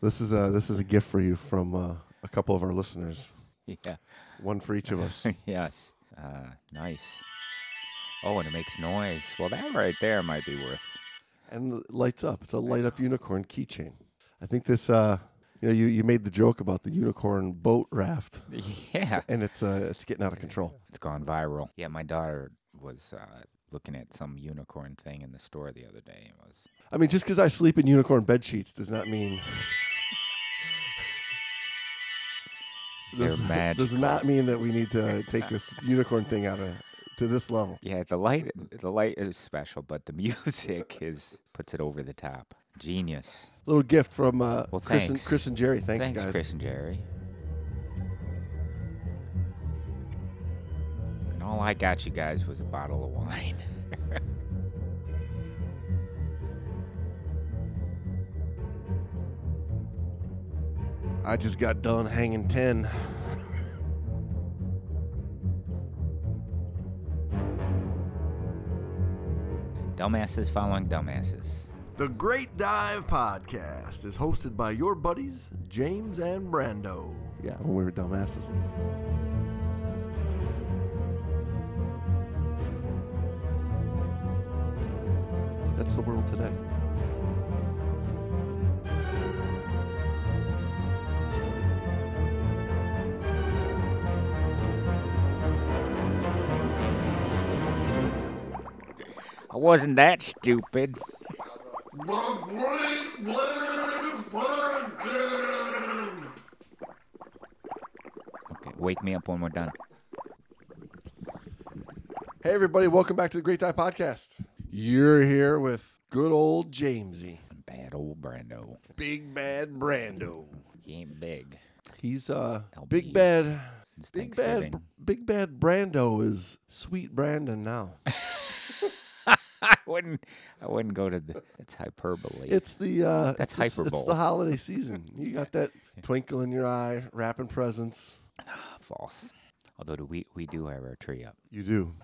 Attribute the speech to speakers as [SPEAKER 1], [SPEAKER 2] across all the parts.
[SPEAKER 1] This is a this is a gift for you from uh, a couple of our listeners.
[SPEAKER 2] Yeah.
[SPEAKER 1] One for each of us.
[SPEAKER 2] yes. Uh, nice. Oh, and it makes noise. Well, that right there might be worth.
[SPEAKER 1] and it lights up. It's a light up unicorn keychain. I think this. Uh, you know, you, you made the joke about the unicorn boat raft,
[SPEAKER 2] Yeah.
[SPEAKER 1] and it's uh, it's getting out of control.
[SPEAKER 2] It's gone viral. Yeah, my daughter was uh, looking at some unicorn thing in the store the other day. It was
[SPEAKER 1] I mean, just because I sleep in unicorn bed sheets does not mean
[SPEAKER 2] They're
[SPEAKER 1] does, does
[SPEAKER 2] magical.
[SPEAKER 1] not mean that we need to take this unicorn thing out of to this level.
[SPEAKER 2] yeah. The light, the light is special, but the music is puts it over the top. Genius.
[SPEAKER 1] Little gift from uh,
[SPEAKER 2] Well,
[SPEAKER 1] Chris, and,
[SPEAKER 2] thanks.
[SPEAKER 1] Chris and Jerry. Thanks,
[SPEAKER 2] Thanks,
[SPEAKER 1] guys.
[SPEAKER 2] Chris and Jerry. And all I got you guys was a bottle of wine.
[SPEAKER 1] I just got done hanging ten.
[SPEAKER 2] dumbasses following dumbasses.
[SPEAKER 3] The Great Dive Podcast is hosted by your buddies, James and Brando.
[SPEAKER 1] Yeah, when we were dumbasses. That's the world today.
[SPEAKER 2] I wasn't that stupid. Okay, wake me up when we're done.
[SPEAKER 1] Hey, everybody, welcome back to the Great Die Podcast. You're here with good old Jamesy,
[SPEAKER 2] Bad old Brando.
[SPEAKER 1] Big Bad Brando.
[SPEAKER 2] He ain't big.
[SPEAKER 1] He's uh,
[SPEAKER 2] LBs.
[SPEAKER 1] Big Bad.
[SPEAKER 2] Since
[SPEAKER 1] Big
[SPEAKER 2] Thanksgiving.
[SPEAKER 1] Bad, Big Bad Brando is sweet Brandon now.
[SPEAKER 2] I wouldn't. I wouldn't go to. The, that's hyperbole.
[SPEAKER 1] It's the uh, it's,
[SPEAKER 2] That's
[SPEAKER 1] it's, it's
[SPEAKER 2] hyperbole.
[SPEAKER 1] the holiday season. You got that twinkle in your eye, wrapping presents.
[SPEAKER 2] Ah, false. Although do we we do have our tree up,
[SPEAKER 1] You do.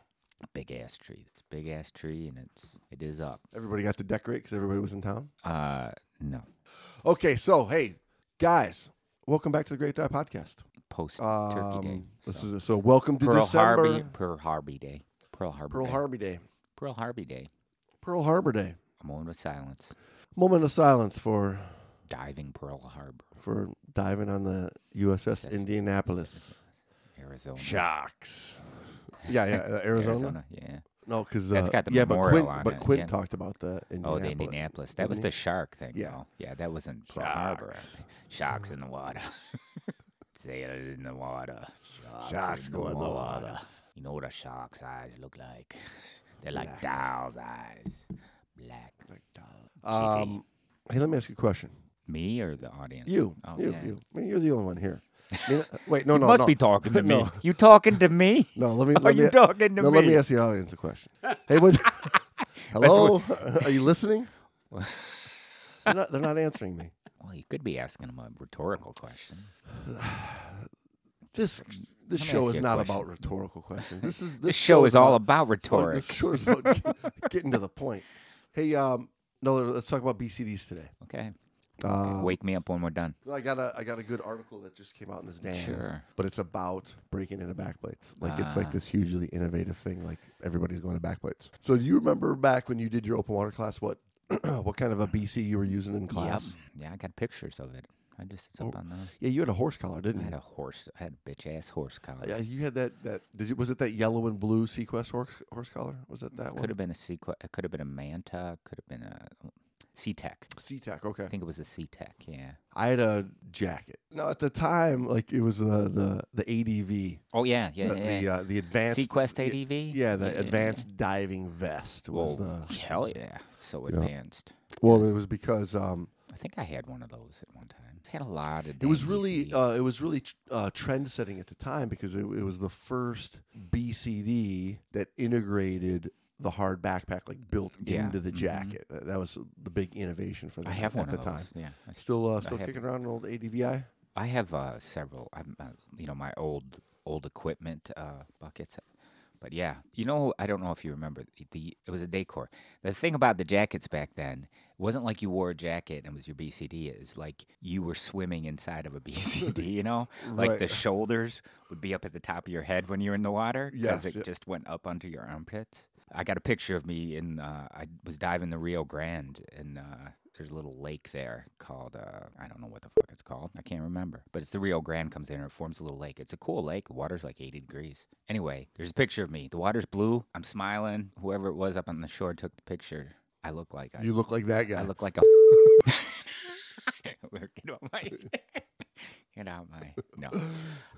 [SPEAKER 2] big ass tree. It's a big ass tree, and it's it is up.
[SPEAKER 1] Everybody got to decorate because everybody was in town.
[SPEAKER 2] Uh, no
[SPEAKER 1] Okay, so hey, guys, welcome back to the Great Die Podcast.
[SPEAKER 2] post
[SPEAKER 1] Um,
[SPEAKER 2] Turkey Day.
[SPEAKER 1] This
[SPEAKER 2] so.
[SPEAKER 1] is so welcome to
[SPEAKER 2] Pearl
[SPEAKER 1] December
[SPEAKER 2] Harbor. Pearl Harbor Day. Pearl Harbor.
[SPEAKER 1] Pearl
[SPEAKER 2] Day.
[SPEAKER 1] Harbor Day,
[SPEAKER 2] Pearl Harbor Day.
[SPEAKER 1] Pearl Harbor Day.
[SPEAKER 2] A moment of silence.
[SPEAKER 1] Moment of silence for
[SPEAKER 2] Diving Pearl Harbor,
[SPEAKER 1] for diving on the USS
[SPEAKER 2] Yes.
[SPEAKER 1] Indianapolis.
[SPEAKER 2] Arizona.
[SPEAKER 1] Sharks. Yeah, yeah, uh, Arizona.
[SPEAKER 2] Arizona. Yeah.
[SPEAKER 1] No, because uh,
[SPEAKER 2] That's got the
[SPEAKER 1] yeah, but
[SPEAKER 2] memorial
[SPEAKER 1] Quinn,
[SPEAKER 2] on
[SPEAKER 1] but
[SPEAKER 2] it,
[SPEAKER 1] Quinn
[SPEAKER 2] yeah.
[SPEAKER 1] talked about the Indianapolis.
[SPEAKER 2] Oh, the Indianapolis. That was
[SPEAKER 1] didn't
[SPEAKER 2] the shark thing.
[SPEAKER 1] Yeah.
[SPEAKER 2] though. Yeah, that wasn't Pearl Harbor. I
[SPEAKER 1] Sharks.
[SPEAKER 2] think. Sharks in the water. Sailors in the water. Sharks,
[SPEAKER 1] Sharks go in the water.
[SPEAKER 2] You know what a shark's eyes look like? They're like doll's eyes. Black. Like doll.
[SPEAKER 1] Um, hey, let me ask you a question.
[SPEAKER 2] me or the audience?
[SPEAKER 1] You,
[SPEAKER 2] Oh,
[SPEAKER 1] you,
[SPEAKER 2] yeah.
[SPEAKER 1] you. I mean, you're the only one here. I mean, wait, no,
[SPEAKER 2] You
[SPEAKER 1] no,
[SPEAKER 2] must
[SPEAKER 1] no.
[SPEAKER 2] be talking to me.
[SPEAKER 1] No.
[SPEAKER 2] You talking to me?
[SPEAKER 1] No, let me.
[SPEAKER 2] Are
[SPEAKER 1] let me-
[SPEAKER 2] you talking to
[SPEAKER 1] no,
[SPEAKER 2] me?
[SPEAKER 1] let me ask the audience a question. Hey, what? hello? Are you listening? they're, not, they're not answering me.
[SPEAKER 2] Well, you could be asking him a rhetorical question.
[SPEAKER 1] This this
[SPEAKER 2] Let me
[SPEAKER 1] show
[SPEAKER 2] ask
[SPEAKER 1] is
[SPEAKER 2] you a
[SPEAKER 1] not
[SPEAKER 2] question.
[SPEAKER 1] about rhetorical questions. This is this,
[SPEAKER 2] This show is all
[SPEAKER 1] about,
[SPEAKER 2] about
[SPEAKER 1] oh, This
[SPEAKER 2] rhetoric.
[SPEAKER 1] show is about get- getting to the point. Hey, um, no, let's talk about BCDs today.
[SPEAKER 2] Okay.
[SPEAKER 1] Uh,
[SPEAKER 2] Wake me up when we're done.
[SPEAKER 1] I got a I got a good article that just came out in this day.
[SPEAKER 2] Sure. Ah.
[SPEAKER 1] But it's about breaking into backplates. Like it's like this hugely innovative thing. Like everybody's going to backplates. So do you remember back when you did your open water class? What what kind of a BC you were using in class?
[SPEAKER 2] Yep. Yeah, I got pictures of it. I just it's
[SPEAKER 1] Oh.
[SPEAKER 2] up on the.
[SPEAKER 1] Yeah, you had a horse collar, didn't
[SPEAKER 2] I
[SPEAKER 1] you?
[SPEAKER 2] had a horse. I had a bitch ass horse collar.
[SPEAKER 1] yeah, you had that that did you was it that yellow and blue Sequest horse horse collar? Was it that
[SPEAKER 2] Could
[SPEAKER 1] one?
[SPEAKER 2] have been a sequ- It could have been a Manta. Could have been a SeaTac.
[SPEAKER 1] SeaTac, okay.
[SPEAKER 2] I think it was a SeaTac. Yeah.
[SPEAKER 1] I had a jacket. No, at the time, like it was the the, the ADV,
[SPEAKER 2] Oh yeah, yeah,
[SPEAKER 1] the
[SPEAKER 2] yeah.
[SPEAKER 1] the,
[SPEAKER 2] yeah.
[SPEAKER 1] uh, the advanced
[SPEAKER 2] Sequest
[SPEAKER 1] y-
[SPEAKER 2] ADV?
[SPEAKER 1] Yeah, the
[SPEAKER 2] Yeah.
[SPEAKER 1] advanced diving vest was
[SPEAKER 2] Whoa,
[SPEAKER 1] the
[SPEAKER 2] hell yeah! It's so advanced.
[SPEAKER 1] Well, it was because um,
[SPEAKER 2] I think I had one of those at one time. I had a lot of.
[SPEAKER 1] it was
[SPEAKER 2] dang
[SPEAKER 1] really
[SPEAKER 2] BCD.
[SPEAKER 1] uh, it was really uh, trend setting at the time because it, it was the first BCD that integrated the hard backpack like built
[SPEAKER 2] Yeah. Mm-hmm.
[SPEAKER 1] into the jacket. That- That was the big innovation for that
[SPEAKER 2] I have
[SPEAKER 1] at
[SPEAKER 2] one
[SPEAKER 1] the
[SPEAKER 2] of
[SPEAKER 1] time.
[SPEAKER 2] those. Yeah. I s-
[SPEAKER 1] Still uh, still
[SPEAKER 2] have-
[SPEAKER 1] kicking around an old ADVI.
[SPEAKER 2] I have uh, several. I'm, uh, you know, my old old equipment uh, buckets But yeah, you know, I don't know if you remember the it was a decor. The thing about the jackets back then it wasn't like you wore a jacket and it was your BCD. It was like you were swimming inside of a BCD. You know, like the
[SPEAKER 1] Right.
[SPEAKER 2] shoulders would be up at the top of your head when you were in the water
[SPEAKER 1] Yes,
[SPEAKER 2] because it
[SPEAKER 1] yeah.
[SPEAKER 2] just went up under your armpits. I got a picture of me in. Uh, I was diving the Rio Grande and. Uh, there's a little lake there called uh, I don't know what the fuck it's called. I can't remember. But it's the Rio Grande comes in and it forms a little lake. It's a cool lake. The water's like 80 degrees. Anyway, there's a picture of me. The water's blue. I'm smiling. Whoever it was up on the shore took the picture. I look like I,
[SPEAKER 1] You look like that guy.
[SPEAKER 2] I look like a. Get out my. Get out my. No,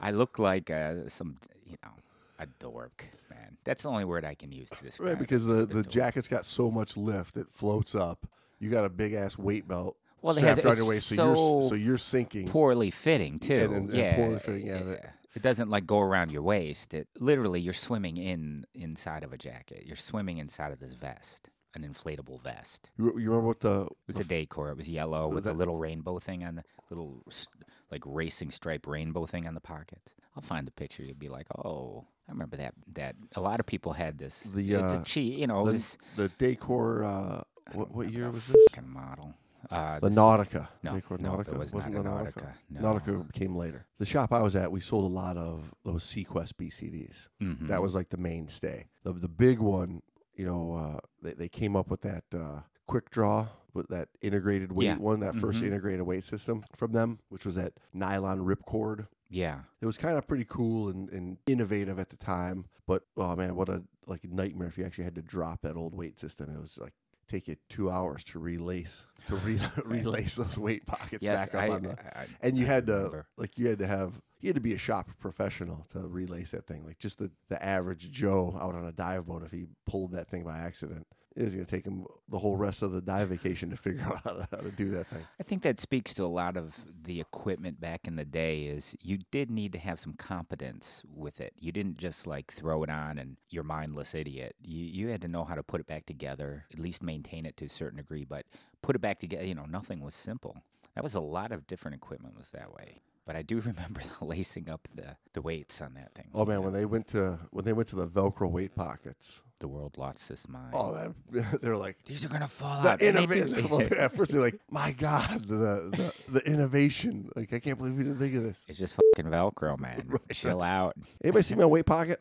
[SPEAKER 2] I look like uh, some you know a dork man. That's the only word I can use to describe.
[SPEAKER 1] right,
[SPEAKER 2] it,
[SPEAKER 1] because the,
[SPEAKER 2] is
[SPEAKER 1] the
[SPEAKER 2] dork.
[SPEAKER 1] jacket's got so much lift, it floats up. You got a big ass weight belt
[SPEAKER 2] Well, it has-
[SPEAKER 1] strapped around your
[SPEAKER 2] it's
[SPEAKER 1] waist, so, you're s-
[SPEAKER 2] so
[SPEAKER 1] so you're sinking.
[SPEAKER 2] poorly fitting too.
[SPEAKER 1] and then- and
[SPEAKER 2] yeah,
[SPEAKER 1] poorly fitting, yeah, that-
[SPEAKER 2] It doesn't like go around your waist. It literally you're swimming in inside of a jacket. You're swimming inside of this vest, an inflatable vest.
[SPEAKER 1] You, you remember what the
[SPEAKER 2] It was a decor. It was yellow with the little rainbow thing on the little s- like racing stripe rainbow thing on the pocket. I'll find the picture. You'll be like, oh, I remember that. That a lot of people had this.
[SPEAKER 1] The,
[SPEAKER 2] it's
[SPEAKER 1] uh,
[SPEAKER 2] a cheat. You know, it
[SPEAKER 1] the,
[SPEAKER 2] was
[SPEAKER 1] the decor? Uh, what, what year was
[SPEAKER 2] a
[SPEAKER 1] this?
[SPEAKER 2] fucking model. Uh,
[SPEAKER 1] The
[SPEAKER 2] this-
[SPEAKER 1] Nautica.
[SPEAKER 2] No,
[SPEAKER 1] Decor
[SPEAKER 2] no, it
[SPEAKER 1] Nautica.
[SPEAKER 2] was
[SPEAKER 1] Wasn't
[SPEAKER 2] not
[SPEAKER 1] the
[SPEAKER 2] a
[SPEAKER 1] Nautica.
[SPEAKER 2] Nautica, no.
[SPEAKER 1] Nautica came later. The shop I was at, we sold a lot of those Sequest BCDs.
[SPEAKER 2] mhm.
[SPEAKER 1] That was like the mainstay. The, the big one, you know, uh, they, they came up with that uh, quick draw with that integrated weight
[SPEAKER 2] Yeah.
[SPEAKER 1] one, that 1st
[SPEAKER 2] Mhm.
[SPEAKER 1] integrated weight system from them, which was that nylon ripcord.
[SPEAKER 2] yeah.
[SPEAKER 1] It was kind of pretty cool and, and innovative at the time, but oh man, what a like nightmare if you actually had to drop that old weight system. It was like take you two hours to relace to re- relace those weight pockets
[SPEAKER 2] yes,
[SPEAKER 1] back up
[SPEAKER 2] I,
[SPEAKER 1] on the
[SPEAKER 2] I- I-
[SPEAKER 1] and you
[SPEAKER 2] I
[SPEAKER 1] had uh, to
[SPEAKER 2] remember.
[SPEAKER 1] like you had to have you had to be a shop professional to relace that thing. Like just the, the average Joe out on a dive boat, if he pulled that thing by accident, it was gonna take him the whole rest of the dive vacation to figure out how to, how to do that thing.
[SPEAKER 2] I think that speaks to a lot of the equipment back in the day is you did need to have some competence with it. You didn't just like throw it on and you're a mindless idiot. You you had to know how to put it back together, at least maintain it to a certain degree, but put it back together, you know, nothing was simple. That was a lot of different equipment was that way. But I do remember the lacing up the, the weights on that thing.
[SPEAKER 1] Oh man, when they went to when they went to the Velcro weight pockets,
[SPEAKER 2] The world lost its mind.
[SPEAKER 1] oh that, they're like
[SPEAKER 2] These are gonna fall
[SPEAKER 1] the
[SPEAKER 2] out. And they did-
[SPEAKER 1] innovation. well, at first they're like, my God, the, the the innovation. Like I can't believe we didn't think of this.
[SPEAKER 2] it's just fucking Velcro, man. Chill out.
[SPEAKER 1] Anybody see my weight pocket?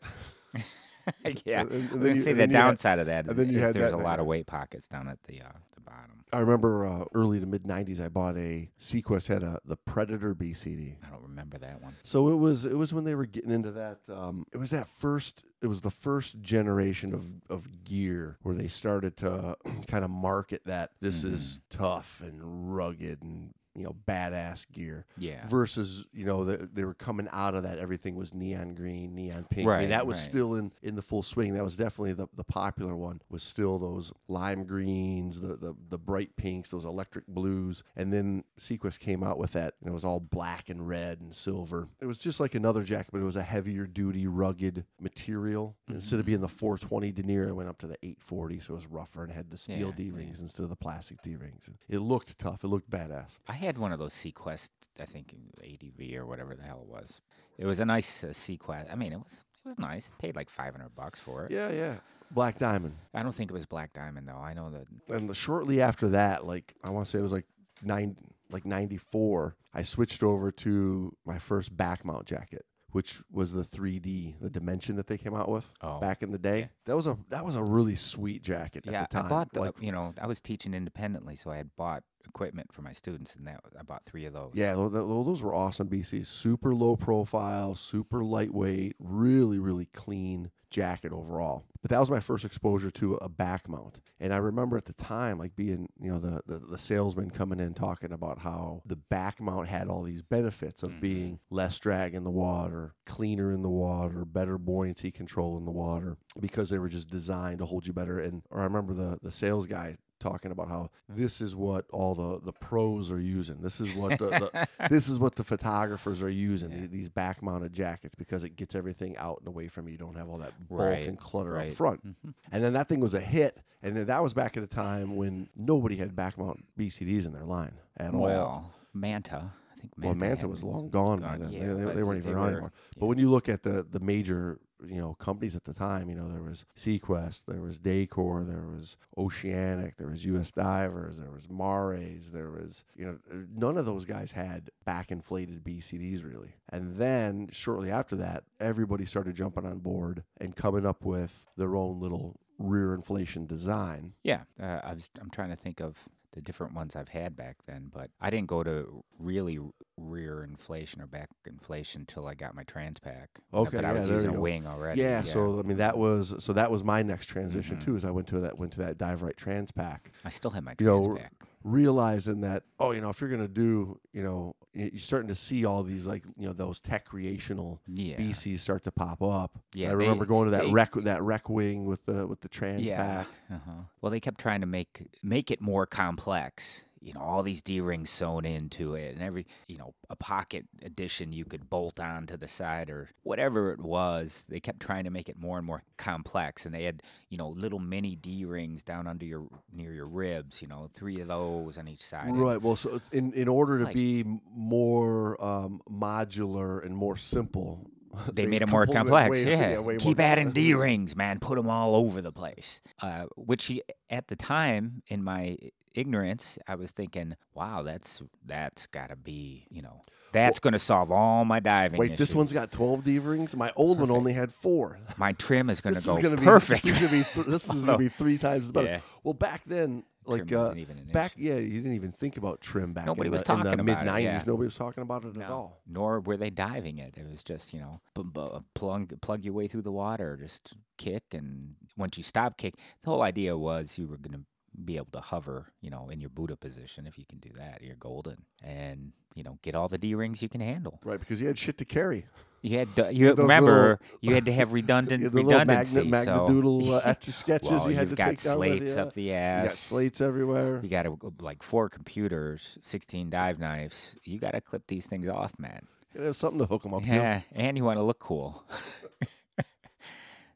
[SPEAKER 2] yeah,
[SPEAKER 1] And- and
[SPEAKER 2] I'm
[SPEAKER 1] then
[SPEAKER 2] gonna
[SPEAKER 1] you-
[SPEAKER 2] say
[SPEAKER 1] and
[SPEAKER 2] the
[SPEAKER 1] then you had-
[SPEAKER 2] downside of that
[SPEAKER 1] and then you
[SPEAKER 2] is
[SPEAKER 1] had
[SPEAKER 2] there's
[SPEAKER 1] that
[SPEAKER 2] a
[SPEAKER 1] thing
[SPEAKER 2] lot of
[SPEAKER 1] there.
[SPEAKER 2] weight pockets down at the uh, the bottom.
[SPEAKER 1] I remember uh, early to mid '90s, I bought a Sequest had a the Predator BCD.
[SPEAKER 2] I don't remember that one.
[SPEAKER 1] So it was it was when they were getting into that. Um, it was that first. It was the first generation of of gear where they started to kind of market that this is
[SPEAKER 2] Mm-hmm.
[SPEAKER 1] tough and rugged and you know badass gear.
[SPEAKER 2] Yeah.
[SPEAKER 1] Versus, you know, they, they were coming out of that. Everything was neon green, neon pink. I mean,
[SPEAKER 2] Right,
[SPEAKER 1] that was
[SPEAKER 2] right.
[SPEAKER 1] still in, in the full swing. That was definitely the, the popular one. Was still those lime greens, the, the the bright pinks, those electric blues, and then Sequest came out with that, and it was all black and red and silver. It was just like another jacket, but it was a heavier duty, rugged material. Instead
[SPEAKER 2] Mm-hmm.
[SPEAKER 1] of being the 420 denier, it went up to the 840, so it was rougher and had the steel
[SPEAKER 2] Yeah,
[SPEAKER 1] D rings instead of the plastic D rings. It looked tough. It looked badass.
[SPEAKER 2] I had one of those Sequest, I think ADV or whatever the hell it was. It was a nice uh, Sequest. I mean, it was it was nice. Paid like 500 bucks for it.
[SPEAKER 1] Yeah, yeah. Black diamond.
[SPEAKER 2] I don't think it was Black Diamond though. I know that.
[SPEAKER 1] and the, shortly after that, like I want to say it was like nine, like ninety four. I switched over to my first back mount jacket, which was the three D, the dimension that they came out with
[SPEAKER 2] Oh,
[SPEAKER 1] back in the day. That was a that was a really sweet jacket
[SPEAKER 2] yeah,
[SPEAKER 1] at the time.
[SPEAKER 2] I bought the,
[SPEAKER 1] like,
[SPEAKER 2] you know I was teaching independently, so I had bought equipment for my students, and that I bought three of those.
[SPEAKER 1] yeah, tho- tho- those were awesome BCs. Super low profile, super lightweight, really, really clean jacket overall. But that was my first exposure to a back mount. And I remember at the time, like being, you know, the, the, the salesman coming in talking about how the back mount had all these benefits of being less drag in the water, cleaner in the water, better buoyancy control in the water, because they were just designed to hold you better. And or I remember the, the sales guy talking about how this is what all the the pros are using. This is what the, the this is what the photographers are using. the- These back mounted jackets because it gets everything out and away from you. You don't have all that bulk
[SPEAKER 2] Right,
[SPEAKER 1] and clutter
[SPEAKER 2] right. Mm-hmm.
[SPEAKER 1] up front. And then that thing was a hit. And then that was back at a time when nobody had back mount BCDs in their line at all.
[SPEAKER 2] Well, Manta. I think Manta
[SPEAKER 1] Well, Manta
[SPEAKER 2] had
[SPEAKER 1] was
[SPEAKER 2] one.
[SPEAKER 1] long gone by
[SPEAKER 2] gone,
[SPEAKER 1] then.
[SPEAKER 2] yeah,
[SPEAKER 1] they, they-
[SPEAKER 2] but
[SPEAKER 1] they weren't
[SPEAKER 2] they
[SPEAKER 1] even around
[SPEAKER 2] were-
[SPEAKER 1] anymore. But when you look at the the major you know companies at the time. You know there was Sequest, there was Daycor, there was Oceanic, there was U.S. Divers, there was Mares, there was you know none of those guys had back inflated BCDs really. And then shortly after that, everybody started jumping on board and coming up with their own little rear inflation design.
[SPEAKER 2] Yeah, uh, I was, I'm trying to think of the different ones I've had back then, but I didn't go to really rear inflation or back inflation till I got my trans pack. uh,
[SPEAKER 1] Okay,
[SPEAKER 2] but
[SPEAKER 1] yeah,
[SPEAKER 2] I was
[SPEAKER 1] there
[SPEAKER 2] using
[SPEAKER 1] you
[SPEAKER 2] a
[SPEAKER 1] go.
[SPEAKER 2] wing already.
[SPEAKER 1] Yeah, so I mean that was so that was my next transition
[SPEAKER 2] Mhm.
[SPEAKER 1] too. Is I went to that went to that dive right trans pack,
[SPEAKER 2] I still had my
[SPEAKER 1] you
[SPEAKER 2] trans
[SPEAKER 1] know,
[SPEAKER 2] pack.
[SPEAKER 1] realizing that oh you know if you're gonna do you know y- you're starting to see all these like you know those tech creational
[SPEAKER 2] Yeah,
[SPEAKER 1] BCs start to pop up.
[SPEAKER 2] Yeah,
[SPEAKER 1] I remember
[SPEAKER 2] they-
[SPEAKER 1] going to that
[SPEAKER 2] they-
[SPEAKER 1] rec that rec wing with the with the trans
[SPEAKER 2] yeah.
[SPEAKER 1] pack.
[SPEAKER 2] Uh-huh. Well, they kept trying to make make it more complex. You know, all these D rings sewn into it, and every you know a pocket edition you could bolt on to the side or whatever it was. They kept trying to make it more and more complex, and they had you know little mini D rings down under your near your ribs. You know, three of those on each side. and
[SPEAKER 1] Right. Well, so in in order to
[SPEAKER 2] Like-
[SPEAKER 1] be m- more um, modular and more simple,
[SPEAKER 2] they made it more
[SPEAKER 1] coupled
[SPEAKER 2] complex.
[SPEAKER 1] way- way
[SPEAKER 2] yeah.
[SPEAKER 1] more
[SPEAKER 2] keep
[SPEAKER 1] com-
[SPEAKER 2] adding D rings, man. Put them all over the place. Uh, which y- at the time, in my ignorance, I was thinking, wow, that's that's gotta be, you know, that's gonna solve all my diving.
[SPEAKER 1] Wait, this
[SPEAKER 2] issues.
[SPEAKER 1] one's got twelve D rings. My old one only had four.
[SPEAKER 2] my trim is gonna
[SPEAKER 1] This
[SPEAKER 2] go
[SPEAKER 1] is gonna
[SPEAKER 2] perfect. Oh.
[SPEAKER 1] be this is gonna be th- this is gonna be three times better.
[SPEAKER 2] Yeah.
[SPEAKER 1] Well, back then, like
[SPEAKER 2] Trim
[SPEAKER 1] uh,
[SPEAKER 2] wasn't even an
[SPEAKER 1] back
[SPEAKER 2] issue.
[SPEAKER 1] yeah, you didn't even think about trim back.
[SPEAKER 2] Nobody
[SPEAKER 1] in
[SPEAKER 2] was
[SPEAKER 1] the, in
[SPEAKER 2] talking
[SPEAKER 1] the
[SPEAKER 2] about
[SPEAKER 1] mid
[SPEAKER 2] it,
[SPEAKER 1] nineties.
[SPEAKER 2] yeah.
[SPEAKER 1] Nobody was talking about it at
[SPEAKER 2] No,
[SPEAKER 1] all.
[SPEAKER 2] Nor were they diving it. It was just, you know, b-
[SPEAKER 1] uh,
[SPEAKER 2] b- plug plug your way through the water, just kick, and once you stop kick, the whole idea was you were going to be able to hover, you know, in your Buddha position. If you can do that, you're golden, and you know, get all the D rings you can handle.
[SPEAKER 1] Right, because you had shit to carry.
[SPEAKER 2] You had to, you
[SPEAKER 1] those
[SPEAKER 2] remember you
[SPEAKER 1] little-
[SPEAKER 2] had to have redundant
[SPEAKER 1] You had the little
[SPEAKER 2] redundancy.
[SPEAKER 1] magnet magnet
[SPEAKER 2] so-
[SPEAKER 1] doodle uh, etch sketches
[SPEAKER 2] well,
[SPEAKER 1] you had
[SPEAKER 2] you've
[SPEAKER 1] to
[SPEAKER 2] got
[SPEAKER 1] take down with
[SPEAKER 2] slates
[SPEAKER 1] you.
[SPEAKER 2] up the
[SPEAKER 1] You
[SPEAKER 2] ass.
[SPEAKER 1] got slates everywhere.
[SPEAKER 2] You got to like four computers, sixteen dive knives. You got to clip these things off, man.
[SPEAKER 1] You had something to hook them up to.
[SPEAKER 2] Yeah, and you want to look cool.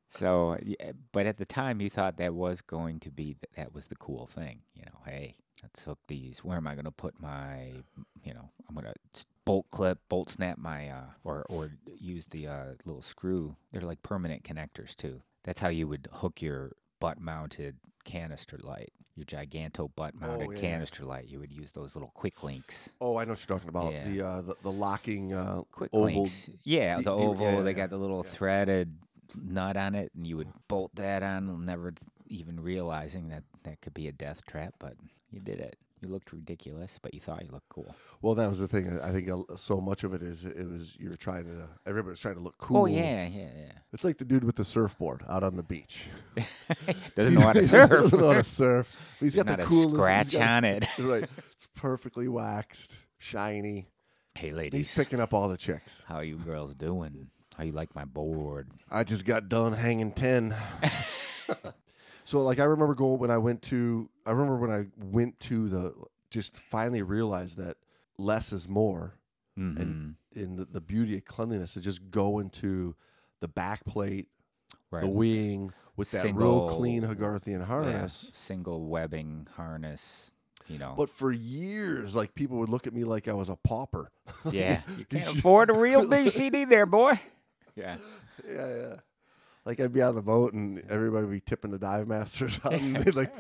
[SPEAKER 2] so, yeah, but at the time, you thought that was going to be th- that was the cool thing. You know, hey, let's hook these. Where am I going to put my? You know, I'm going to bolt clip, bolt snap my, uh, or or use the uh, little screw. They're like permanent connectors too. That's how you would hook your butt mounted canister light, your giganto butt mounted
[SPEAKER 1] Oh, yeah, yeah.
[SPEAKER 2] canister light. You would use those little quick links.
[SPEAKER 1] Oh, I know what you're talking about.
[SPEAKER 2] Yeah.
[SPEAKER 1] The, uh, the the locking uh,
[SPEAKER 2] quick
[SPEAKER 1] oval.
[SPEAKER 2] links. Yeah,
[SPEAKER 1] D-
[SPEAKER 2] the
[SPEAKER 1] D- yeah,
[SPEAKER 2] oval.
[SPEAKER 1] yeah,
[SPEAKER 2] they
[SPEAKER 1] yeah,
[SPEAKER 2] got the little threaded nut on it, and you would bolt that on, never even realizing that that could be a death trap. But you did it. You looked ridiculous, but you thought you looked cool. Oh,
[SPEAKER 1] Well, that was the thing. I think uh, so much of it is it was you're trying to everybody was trying to look cool.
[SPEAKER 2] Oh yeah, yeah,
[SPEAKER 1] It's like the dude with the surfboard out on the beach.
[SPEAKER 2] yeah. Doesn't know how to
[SPEAKER 1] He
[SPEAKER 2] surf.
[SPEAKER 1] Doesn't know how to surf. But he's
[SPEAKER 2] There's
[SPEAKER 1] got
[SPEAKER 2] not
[SPEAKER 1] the
[SPEAKER 2] a
[SPEAKER 1] coolest he's
[SPEAKER 2] scratch
[SPEAKER 1] got-
[SPEAKER 2] on it.
[SPEAKER 1] Right, it's perfectly waxed, shiny.
[SPEAKER 2] hey,
[SPEAKER 1] He's
[SPEAKER 2] ladies,
[SPEAKER 1] picking up all the chicks.
[SPEAKER 2] how you girls doing? How you like my board?
[SPEAKER 1] I just got done hanging 10. so like I remember going when I went to I remember when I went to the just finally realized that less is more
[SPEAKER 2] Mm-hmm.
[SPEAKER 1] in the, the beauty of cleanliness is just go into the back plate,
[SPEAKER 2] right.
[SPEAKER 1] the wing with that real clean
[SPEAKER 2] Single-
[SPEAKER 1] Hogarthian
[SPEAKER 2] Yeah,
[SPEAKER 1] harness.
[SPEAKER 2] single webbing harness. You know.
[SPEAKER 1] But for years, like people would look at me like I was a pauper.
[SPEAKER 2] yeah, you can't
[SPEAKER 1] should-
[SPEAKER 2] afford a real BCD there, boy. Yeah.
[SPEAKER 1] Yeah, yeah. Like I'd be on the boat and everybody would be tipping the dive masters out and they'd like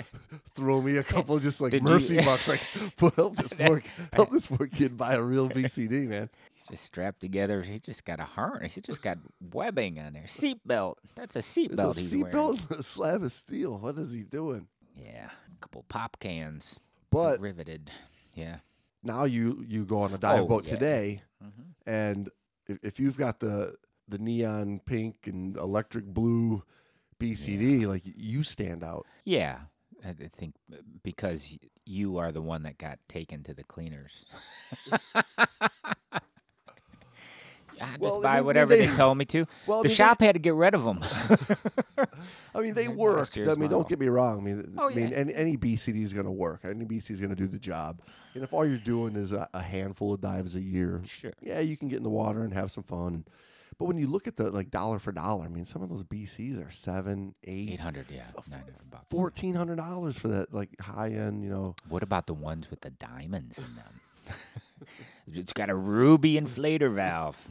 [SPEAKER 1] throw me a couple just like
[SPEAKER 2] Did you-
[SPEAKER 1] mercy bucks. Like, "Well, help this poor help this poor kid buy a real VCD, man.
[SPEAKER 2] just strapped together. He just got a harness. He just got webbing on there. Seatbelt. That's a
[SPEAKER 1] It's a
[SPEAKER 2] seatbelt. he's wearing.
[SPEAKER 1] seatbelt and a slab of steel. What is he doing?
[SPEAKER 2] Yeah. A couple pop cans.
[SPEAKER 1] But
[SPEAKER 2] riveted. Yeah.
[SPEAKER 1] now you you go on a dive
[SPEAKER 2] Oh,
[SPEAKER 1] boat
[SPEAKER 2] yeah.
[SPEAKER 1] today
[SPEAKER 2] Mhm.
[SPEAKER 1] and if, if you've got the the neon pink and electric blue BCD, like you stand out.
[SPEAKER 2] Yeah. I I think b- because y- you are the one that got taken to the cleaners. I just
[SPEAKER 1] Well, I
[SPEAKER 2] buy
[SPEAKER 1] mean,
[SPEAKER 2] whatever
[SPEAKER 1] they-
[SPEAKER 2] they, told me to.
[SPEAKER 1] Well, I
[SPEAKER 2] the
[SPEAKER 1] mean, they-
[SPEAKER 2] shop had to get rid of them.
[SPEAKER 1] I mean, they
[SPEAKER 2] Maybe
[SPEAKER 1] work.
[SPEAKER 2] last
[SPEAKER 1] I
[SPEAKER 2] year's
[SPEAKER 1] mean,
[SPEAKER 2] model.
[SPEAKER 1] don't get me wrong. I mean,
[SPEAKER 2] Oh,
[SPEAKER 1] I mean,
[SPEAKER 2] yeah.
[SPEAKER 1] any, any BCD is going to work. Any BCD is going to do the job. And if all you're doing is a, a handful of dives a year,
[SPEAKER 2] sure.
[SPEAKER 1] yeah, you can get in the water and have some fun. But when you look at the like dollar for dollar, I mean, some of those BCs are seven, eight,
[SPEAKER 2] 800, yeah. 900 bucks.
[SPEAKER 1] fourteen hundred dollars for that like high end. You know,
[SPEAKER 2] What about the ones with the diamonds in them? it's got a ruby inflator valve.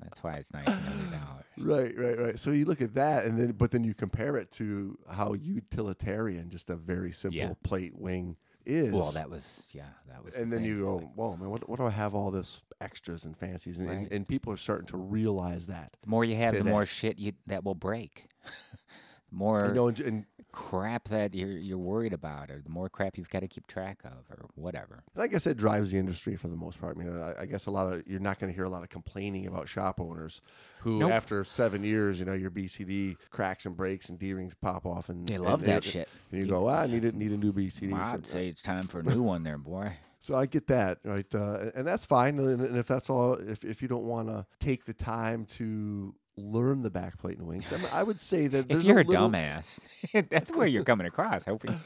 [SPEAKER 2] That's why it's nineteen hundred dollars.
[SPEAKER 1] Right, right, right. So you look at that, and then but then you compare it to how utilitarian just a very simple
[SPEAKER 2] Yeah.
[SPEAKER 1] plate wing is.
[SPEAKER 2] Well, that was yeah, that was. the
[SPEAKER 1] and then
[SPEAKER 2] thing.
[SPEAKER 1] you go, "Whoa, man, what, what do I have all this extras and fancies?" And, and,
[SPEAKER 2] Right.
[SPEAKER 1] and people are starting to realize that.
[SPEAKER 2] The more you have, the
[SPEAKER 1] today.
[SPEAKER 2] more shit you that will break. the more
[SPEAKER 1] You know, and, and,
[SPEAKER 2] crap that you're you're worried about, or the more crap you've got to keep track of, or whatever.
[SPEAKER 1] and I guess it drives the industry for the most part. I mean, I, I guess a lot of you're not going to hear a lot of complaining about shop owners who,
[SPEAKER 2] Nope.
[SPEAKER 1] after seven years, you know, your BCD cracks and breaks and D rings pop off, and
[SPEAKER 2] They
[SPEAKER 1] and-
[SPEAKER 2] love
[SPEAKER 1] and-
[SPEAKER 2] that shit.
[SPEAKER 1] And you go, "Ah, I need it, need a new BCD.
[SPEAKER 2] Well,
[SPEAKER 1] So-
[SPEAKER 2] I'd say it's time for a new one, there, boy.
[SPEAKER 1] So I get that, right? Uh, and that's fine. And, and if that's all, if, if you don't want to take the time to learn the backplate and wings, I, mean, I would say that
[SPEAKER 2] If
[SPEAKER 1] there's
[SPEAKER 2] you're a,
[SPEAKER 1] little-
[SPEAKER 2] dumbass, that's where you're coming across. Hopefully,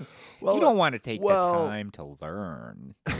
[SPEAKER 1] Well,
[SPEAKER 2] you don't want to take
[SPEAKER 1] well-
[SPEAKER 2] the time to learn.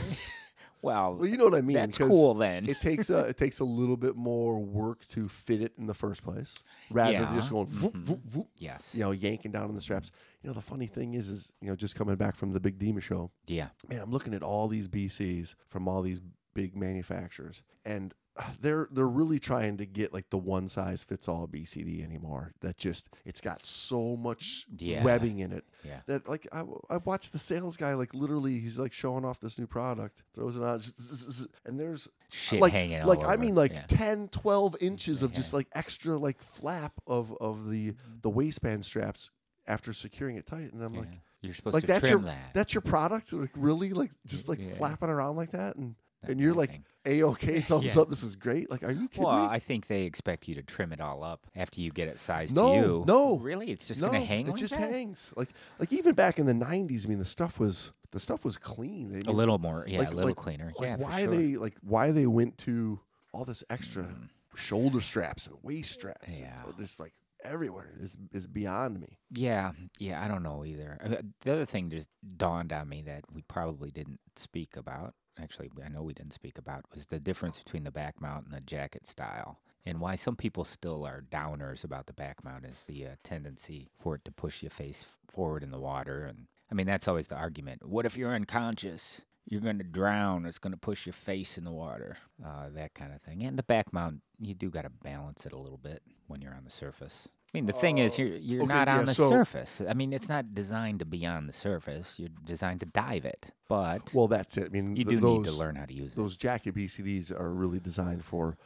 [SPEAKER 2] well,
[SPEAKER 1] Well, you know what I mean.
[SPEAKER 2] that's
[SPEAKER 1] 'cause
[SPEAKER 2] cool then.
[SPEAKER 1] it takes a it takes a little bit more work to fit it in the first place, rather than just
[SPEAKER 2] Yeah. Mm-hmm.
[SPEAKER 1] going, voop, voop, voop,
[SPEAKER 2] yes.
[SPEAKER 1] you know, yanking down on the straps. You know, the funny thing is, is you know, just coming back from the Big Dima show,
[SPEAKER 2] yeah.
[SPEAKER 1] man, I'm looking at all these BCs from all these big manufacturers, and they're they're really trying to get like the one size fits all BCD anymore. That just it's got so much
[SPEAKER 2] Yeah.
[SPEAKER 1] webbing in it
[SPEAKER 2] Yeah.
[SPEAKER 1] that like I, I watched the sales guy like literally he's like showing off this new product, throws it on, zzz, zzz, zzz, and there's
[SPEAKER 2] Shit
[SPEAKER 1] like
[SPEAKER 2] hanging
[SPEAKER 1] like
[SPEAKER 2] all
[SPEAKER 1] I
[SPEAKER 2] over.
[SPEAKER 1] mean like
[SPEAKER 2] Yeah.
[SPEAKER 1] 10, 12 inches of just like extra like flap of of the
[SPEAKER 2] Mm-hmm.
[SPEAKER 1] the waistband straps after securing it tight, and I'm like.
[SPEAKER 2] Yeah. you're supposed
[SPEAKER 1] like
[SPEAKER 2] to
[SPEAKER 1] that's
[SPEAKER 2] trim
[SPEAKER 1] your
[SPEAKER 2] that.
[SPEAKER 1] that's your product like really like just like
[SPEAKER 2] Yeah.
[SPEAKER 1] flapping around like that and
[SPEAKER 2] That
[SPEAKER 1] and you're
[SPEAKER 2] kind of
[SPEAKER 1] like
[SPEAKER 2] thing.
[SPEAKER 1] a okay thumbs
[SPEAKER 2] Yeah.
[SPEAKER 1] up this is great like are you kidding
[SPEAKER 2] Well,
[SPEAKER 1] me
[SPEAKER 2] I think they expect you to trim it all up after you get it sized
[SPEAKER 1] No,
[SPEAKER 2] to you.
[SPEAKER 1] no,
[SPEAKER 2] really, it's just
[SPEAKER 1] no
[SPEAKER 2] gonna hang.
[SPEAKER 1] it
[SPEAKER 2] like
[SPEAKER 1] just
[SPEAKER 2] that?
[SPEAKER 1] hangs like like even back in the 90s I mean the stuff was the stuff was clean They-
[SPEAKER 2] A little more, yeah,
[SPEAKER 1] like-
[SPEAKER 2] a little
[SPEAKER 1] like-
[SPEAKER 2] cleaner.
[SPEAKER 1] like
[SPEAKER 2] yeah, for
[SPEAKER 1] why
[SPEAKER 2] sure. Mm.
[SPEAKER 1] they like why they went to all this extra shoulder straps and waist straps
[SPEAKER 2] Yeah.
[SPEAKER 1] and this like everywhere is is beyond me
[SPEAKER 2] Yeah, yeah, I don't know either. I mean, The other thing just dawned on me that we probably didn't speak about. Actually, I know we didn't speak about was the difference between the back mount and the jacket style, and why some people still are downers about the back mount is the uh, tendency for it to push your face forward in the water. And I mean, that's always the argument. What if you're unconscious? You're going to drown. It's going to push your face in the water. Uh, that kind of thing. And the back mount, you do got to balance it a little bit when you're on the surface. I mean, the thing is, you're, you're
[SPEAKER 1] okay,
[SPEAKER 2] not on
[SPEAKER 1] yeah,
[SPEAKER 2] the
[SPEAKER 1] so-
[SPEAKER 2] surface. I mean, it's not designed to be on the surface. You're designed to dive it. But
[SPEAKER 1] well that's it I mean
[SPEAKER 2] you
[SPEAKER 1] th-
[SPEAKER 2] do
[SPEAKER 1] those,
[SPEAKER 2] need to learn how to use it.
[SPEAKER 1] those jacket BCDs are really designed for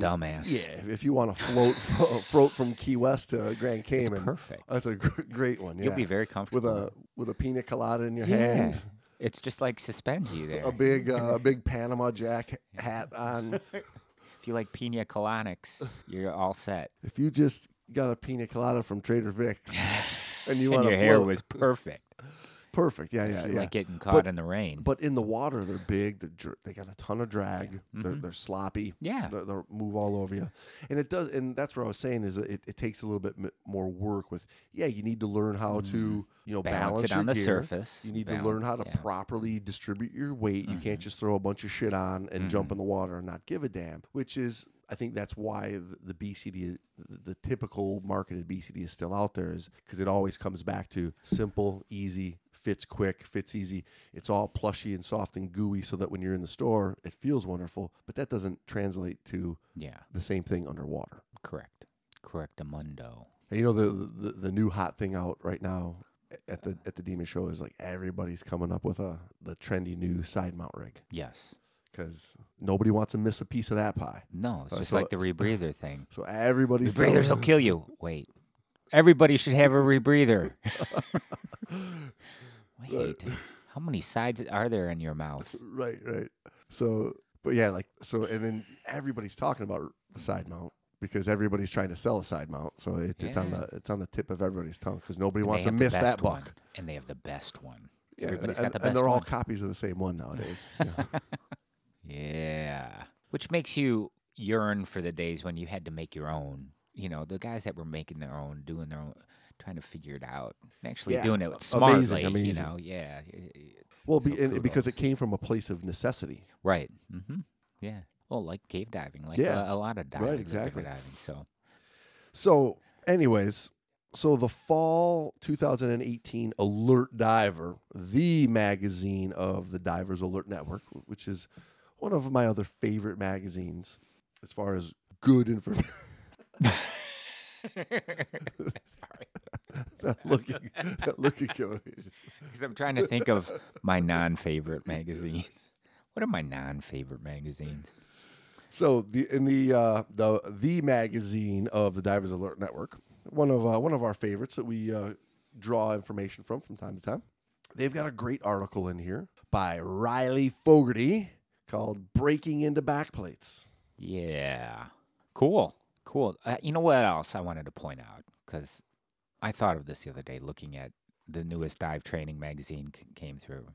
[SPEAKER 1] floating.
[SPEAKER 2] a dumbass.
[SPEAKER 1] Yeah, if- if you want to float fro- float from Key West to Grand Cayman,
[SPEAKER 2] perfect.
[SPEAKER 1] That's a gr- great one. uh, Yeah.
[SPEAKER 2] You'll be very
[SPEAKER 1] with
[SPEAKER 2] comfortable.
[SPEAKER 1] a with a pina colada in your
[SPEAKER 2] Yeah.
[SPEAKER 1] hand,
[SPEAKER 2] It's just like suspend you there.
[SPEAKER 1] a big uh, a big Panama Jack hat on.
[SPEAKER 2] If you like pina colonics, you're all set.
[SPEAKER 1] if you just got a pina colada from Trader Vic's and you
[SPEAKER 2] and
[SPEAKER 1] want
[SPEAKER 2] your
[SPEAKER 1] to
[SPEAKER 2] hair
[SPEAKER 1] float,
[SPEAKER 2] was perfect.
[SPEAKER 1] perfect. Yeah, yeah,
[SPEAKER 2] you
[SPEAKER 1] yeah.
[SPEAKER 2] like getting caught in the rain.
[SPEAKER 1] but in the water, they're big. They're, jer- they got a ton of drag. They're, they're sloppy.
[SPEAKER 2] Mm-hmm. Yeah.
[SPEAKER 1] they will move all over you, and it does. And that's what I was saying is it, it takes a little bit m- more work. With yeah, you need to learn how to you know
[SPEAKER 2] Mm-hmm. Balance
[SPEAKER 1] balance,
[SPEAKER 2] it
[SPEAKER 1] your
[SPEAKER 2] on the
[SPEAKER 1] gear.
[SPEAKER 2] surface.
[SPEAKER 1] You need
[SPEAKER 2] Balance-
[SPEAKER 1] to learn how to
[SPEAKER 2] yeah.
[SPEAKER 1] properly distribute your weight. You can't just throw a bunch of shit on and jump in the water and not give a damn. Which is I think that's why the, the BCD, is- the, the typical marketed BCD, is still out there, is because it always comes back to simple, easy, fits quick, fits easy. It's all plushy and soft and gooey, so that when you're in the store, it feels wonderful. But that doesn't translate to
[SPEAKER 2] yeah,
[SPEAKER 1] the same thing underwater.
[SPEAKER 2] correct. Correct, Amundo.
[SPEAKER 1] And you know the, the the new hot thing out right now at the at the Demon Show is like everybody's coming up with a the trendy new side mount rig
[SPEAKER 2] Yes.
[SPEAKER 1] because nobody wants to miss a piece of that pie.
[SPEAKER 2] No, it's
[SPEAKER 1] Uh,
[SPEAKER 2] just
[SPEAKER 1] so-
[SPEAKER 2] like the rebreather thing.
[SPEAKER 1] So everybody's
[SPEAKER 2] Rebreathers will kill you. Wait. Everybody should have a rebreather. Wait. How many sides are there in your mouth?
[SPEAKER 1] right, right. So, but yeah, like so, and then everybody's talking about the side mount because everybody's trying to sell a side mount. So it, it's on
[SPEAKER 2] Yeah.
[SPEAKER 1] the it's on the tip of everybody's tongue because nobody
[SPEAKER 2] And
[SPEAKER 1] wants
[SPEAKER 2] they
[SPEAKER 1] to
[SPEAKER 2] have the
[SPEAKER 1] miss
[SPEAKER 2] best
[SPEAKER 1] that
[SPEAKER 2] one,
[SPEAKER 1] buck.
[SPEAKER 2] And they have the best one.
[SPEAKER 1] Yeah, and,
[SPEAKER 2] Everybody's
[SPEAKER 1] and-
[SPEAKER 2] got the
[SPEAKER 1] and
[SPEAKER 2] best
[SPEAKER 1] they're all
[SPEAKER 2] one.
[SPEAKER 1] copies of the same one nowadays. Yeah.
[SPEAKER 2] Yeah. Which makes you yearn for the days when you had to make your own. You know, the guys that were making their own, doing their own, trying to figure it out, and actually
[SPEAKER 1] Yeah,
[SPEAKER 2] doing it
[SPEAKER 1] a-
[SPEAKER 2] smartly.
[SPEAKER 1] amazing,
[SPEAKER 2] You
[SPEAKER 1] amazing.
[SPEAKER 2] know, yeah. y- y-
[SPEAKER 1] well, be,
[SPEAKER 2] So
[SPEAKER 1] and, because it
[SPEAKER 2] kudos.
[SPEAKER 1] came from a place of necessity.
[SPEAKER 2] Right. Mm-hmm. Yeah. Well, like cave diving, like
[SPEAKER 1] Yeah.
[SPEAKER 2] a, a lot of diving,
[SPEAKER 1] exactly.
[SPEAKER 2] diving. So
[SPEAKER 1] So, anyways, so the fall 2018 Alert Diver, the magazine of the Divers Alert Network, which is one of my other favorite magazines as far as good information.
[SPEAKER 2] Sorry.
[SPEAKER 1] that looking, that looking goes.
[SPEAKER 2] Because I'm trying to think of my non favorite magazines. What are my non favorite magazines?
[SPEAKER 1] So the in the uh, the the magazine of the Divers Alert Network, one of uh, one of our favorites that we uh, draw information from from time to time. They've got a great article in here by Riley Fogarty called "Breaking into Backplates."
[SPEAKER 2] Yeah. Cool. Cool. Uh, you know what else I wanted to point out? Because I thought of this the other day looking at the newest dive training magazine c- came through.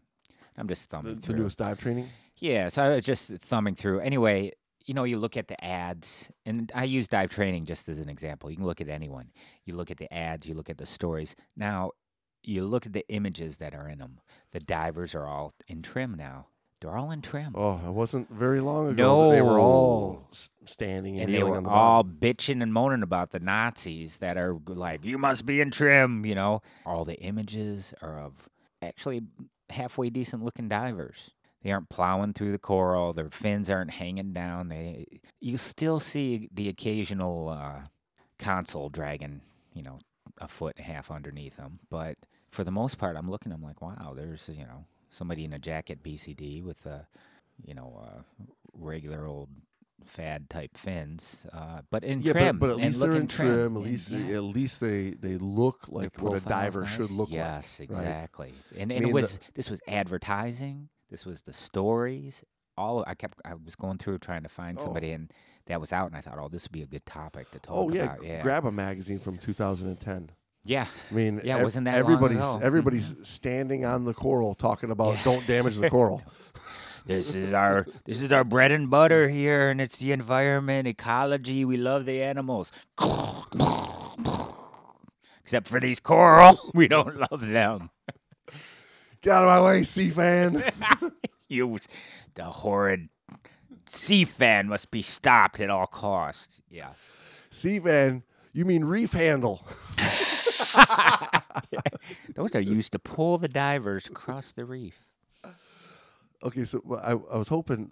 [SPEAKER 2] I'm just
[SPEAKER 1] The,
[SPEAKER 2] thumbing
[SPEAKER 1] the
[SPEAKER 2] through.
[SPEAKER 1] newest dive training.
[SPEAKER 2] Yeah, so I was just thumbing through. Anyway, you know, you look at the ads, and I use dive training just as an example. You can look at anyone. You look at the ads, you look at the stories. Now, you look at the images that are in them. The divers are all in trim now. They're all in trim.
[SPEAKER 1] Oh, it wasn't very long ago that they were all
[SPEAKER 2] No.
[SPEAKER 1] s- standing and,
[SPEAKER 2] and they
[SPEAKER 1] kneeling
[SPEAKER 2] were
[SPEAKER 1] on the
[SPEAKER 2] all
[SPEAKER 1] bottom.
[SPEAKER 2] bitching and moaning about the Nazis that are like, you must be in trim, you know. All the images are of actually halfway decent looking divers. They aren't plowing through the coral. Their fins aren't hanging down. They, you still see the occasional uh, console dragging, you know, a foot and a half underneath them. But for the most part, I'm looking. I'm like, wow, there's you know somebody in a jacket BCD with a, you know, uh regular old fad type fins, uh, but in
[SPEAKER 1] yeah,
[SPEAKER 2] trim.
[SPEAKER 1] but, but at
[SPEAKER 2] and
[SPEAKER 1] least they're
[SPEAKER 2] looking
[SPEAKER 1] in trim. At
[SPEAKER 2] and-
[SPEAKER 1] least
[SPEAKER 2] yeah.
[SPEAKER 1] at least they they look
[SPEAKER 2] Their
[SPEAKER 1] like what a
[SPEAKER 2] profile's
[SPEAKER 1] diver should
[SPEAKER 2] nice.
[SPEAKER 1] look like.
[SPEAKER 2] Yes,
[SPEAKER 1] right?
[SPEAKER 2] exactly. And, and
[SPEAKER 1] mean, the-
[SPEAKER 2] it was this was advertising. This was the stories. All I kept, I was going through trying to find
[SPEAKER 1] Oh.
[SPEAKER 2] somebody, and that was out, and I thought, oh, this would be a good topic to talk
[SPEAKER 1] Oh yeah,
[SPEAKER 2] about.
[SPEAKER 1] g-
[SPEAKER 2] Yeah,
[SPEAKER 1] grab a magazine from 2010.
[SPEAKER 2] yeah,
[SPEAKER 1] I mean,
[SPEAKER 2] Yeah,
[SPEAKER 1] ev-
[SPEAKER 2] wasn't that long
[SPEAKER 1] everybody's
[SPEAKER 2] ago.
[SPEAKER 1] everybody's standing on the coral talking about
[SPEAKER 2] Yeah.
[SPEAKER 1] don't damage the coral.
[SPEAKER 2] this is our this is our bread and butter here, and it's the environment, ecology. We love the animals, except for these coral. We don't love them.
[SPEAKER 1] Get out of my way, sea fan.
[SPEAKER 2] You, the horrid sea fan must be stopped at all costs. Yes.
[SPEAKER 1] sea fan, you mean reef handle?
[SPEAKER 2] Those are used to pull the divers across the reef.
[SPEAKER 1] Okay, so well, I, I was hoping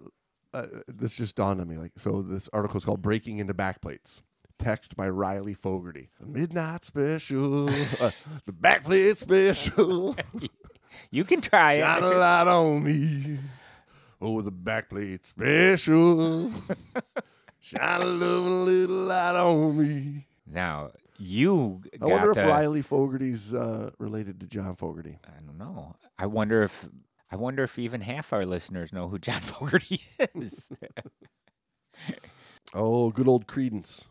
[SPEAKER 1] uh, this just dawned on me. Like, so this article is called "Breaking into Backplates." Text by Riley Fogarty. The midnight special, uh, the backplate special.
[SPEAKER 2] You can try
[SPEAKER 1] Shine a
[SPEAKER 2] it.
[SPEAKER 1] light on me. Oh, the backplate special. Shine a little, little light on me.
[SPEAKER 2] Now, you g-
[SPEAKER 1] I
[SPEAKER 2] got
[SPEAKER 1] wonder if
[SPEAKER 2] the-
[SPEAKER 1] Riley Fogarty's uh, related to John Fogarty.
[SPEAKER 2] I don't know. I wonder if I wonder if even half our listeners know who John Fogerty is.
[SPEAKER 1] Oh, good old Credence.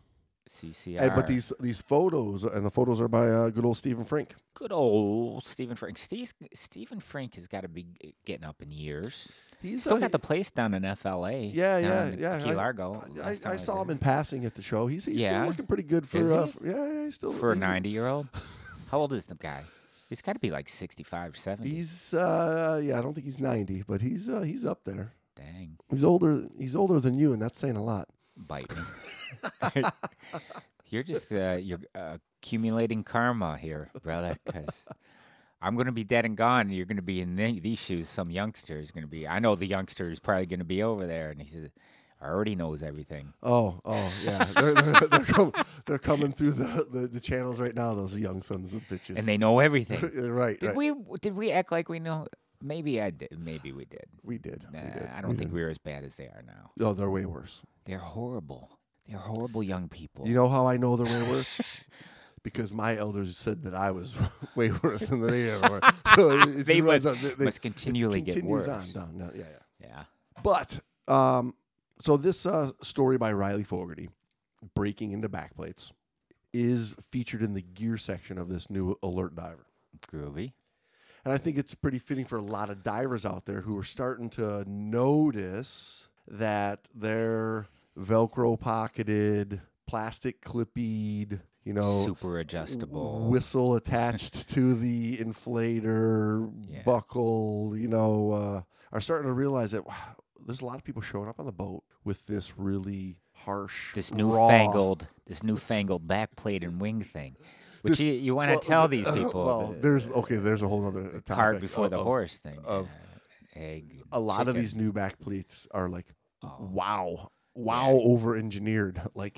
[SPEAKER 2] CCR.
[SPEAKER 1] Hey, but these these photos and the photos are by uh, good old Stephen Frank.
[SPEAKER 2] good old Stephen Frank. Steve's, Stephen Frank has got to be g- getting up in years.
[SPEAKER 1] He's
[SPEAKER 2] Still
[SPEAKER 1] uh,
[SPEAKER 2] got the place down in FLA.
[SPEAKER 1] yeah,
[SPEAKER 2] down
[SPEAKER 1] yeah,
[SPEAKER 2] in
[SPEAKER 1] yeah.
[SPEAKER 2] Key
[SPEAKER 1] I-
[SPEAKER 2] Largo.
[SPEAKER 1] I,
[SPEAKER 2] last time
[SPEAKER 1] I,
[SPEAKER 2] was
[SPEAKER 1] saw him
[SPEAKER 2] there.
[SPEAKER 1] in passing at the show. He's, he's
[SPEAKER 2] Yeah?
[SPEAKER 1] still looking pretty good for.
[SPEAKER 2] Is
[SPEAKER 1] Uh,
[SPEAKER 2] he?
[SPEAKER 1] for- yeah, yeah, he's still
[SPEAKER 2] for a
[SPEAKER 1] he's-
[SPEAKER 2] 90 year old how old is the guy he's got to be like 65 or 70
[SPEAKER 1] He's uh, yeah, I don't think he's ninety, but he's uh, he's up there.
[SPEAKER 2] dang
[SPEAKER 1] He's older. He's older than you, and that's saying a lot.
[SPEAKER 2] bite me you're just uh, you're uh, accumulating karma here brother because i'm going to be dead and gone and you're going to be in the, these shoes some youngster is going to be i know the youngster is probably going to be over there and he says I already knows everything.
[SPEAKER 1] Oh, oh, yeah. They're, they're, they're, com- they're coming through the, the, the channels right now. Those young sons of bitches.
[SPEAKER 2] And they know everything.
[SPEAKER 1] Yeah, right,
[SPEAKER 2] Did
[SPEAKER 1] right.
[SPEAKER 2] we did we act like we know? Maybe I did. Maybe we did.
[SPEAKER 1] We did.
[SPEAKER 2] Nah,
[SPEAKER 1] we did. Mm-hmm.
[SPEAKER 2] I don't think we were as bad as they are now.
[SPEAKER 1] we. Oh, they're way worse.
[SPEAKER 2] They're horrible. They're horrible young people.
[SPEAKER 1] You know how I know they're way worse? because my elders said that I was way worse than they ever were. So it, it
[SPEAKER 2] They
[SPEAKER 1] runs
[SPEAKER 2] must-
[SPEAKER 1] on- they- they-
[SPEAKER 2] must
[SPEAKER 1] it
[SPEAKER 2] continually get
[SPEAKER 1] continues
[SPEAKER 2] worse.
[SPEAKER 1] on down, down, yeah, yeah.
[SPEAKER 2] yeah.
[SPEAKER 1] But um, so this uh, story by Riley Fogarty, breaking into backplates, is featured in the gear section of this new Alert Diver.
[SPEAKER 2] Groovy.
[SPEAKER 1] And I think it's pretty fitting for a lot of divers out there who are starting to notice that their Velcro pocketed, plastic clippied, you know,
[SPEAKER 2] Super adjustable.
[SPEAKER 1] whistle attached to the inflator
[SPEAKER 2] Yeah.
[SPEAKER 1] buckle, you know, uh, are starting to realize that wow, there's a lot of people showing up on the boat with this really harsh,
[SPEAKER 2] this
[SPEAKER 1] raw-
[SPEAKER 2] newfangled, this newfangled backplate and wing thing, which
[SPEAKER 1] This-
[SPEAKER 2] you, you want to
[SPEAKER 1] well,
[SPEAKER 2] tell
[SPEAKER 1] th-
[SPEAKER 2] these people.
[SPEAKER 1] Well,
[SPEAKER 2] the-
[SPEAKER 1] there's okay. There's a whole other topic.
[SPEAKER 2] the cart before
[SPEAKER 1] of-
[SPEAKER 2] the
[SPEAKER 1] of-
[SPEAKER 2] horse thing.
[SPEAKER 1] of-
[SPEAKER 2] yeah. Egg.
[SPEAKER 1] A lot of
[SPEAKER 2] chicken.
[SPEAKER 1] these new back pleats are like,
[SPEAKER 2] Oh.
[SPEAKER 1] wow, wow over engineered, like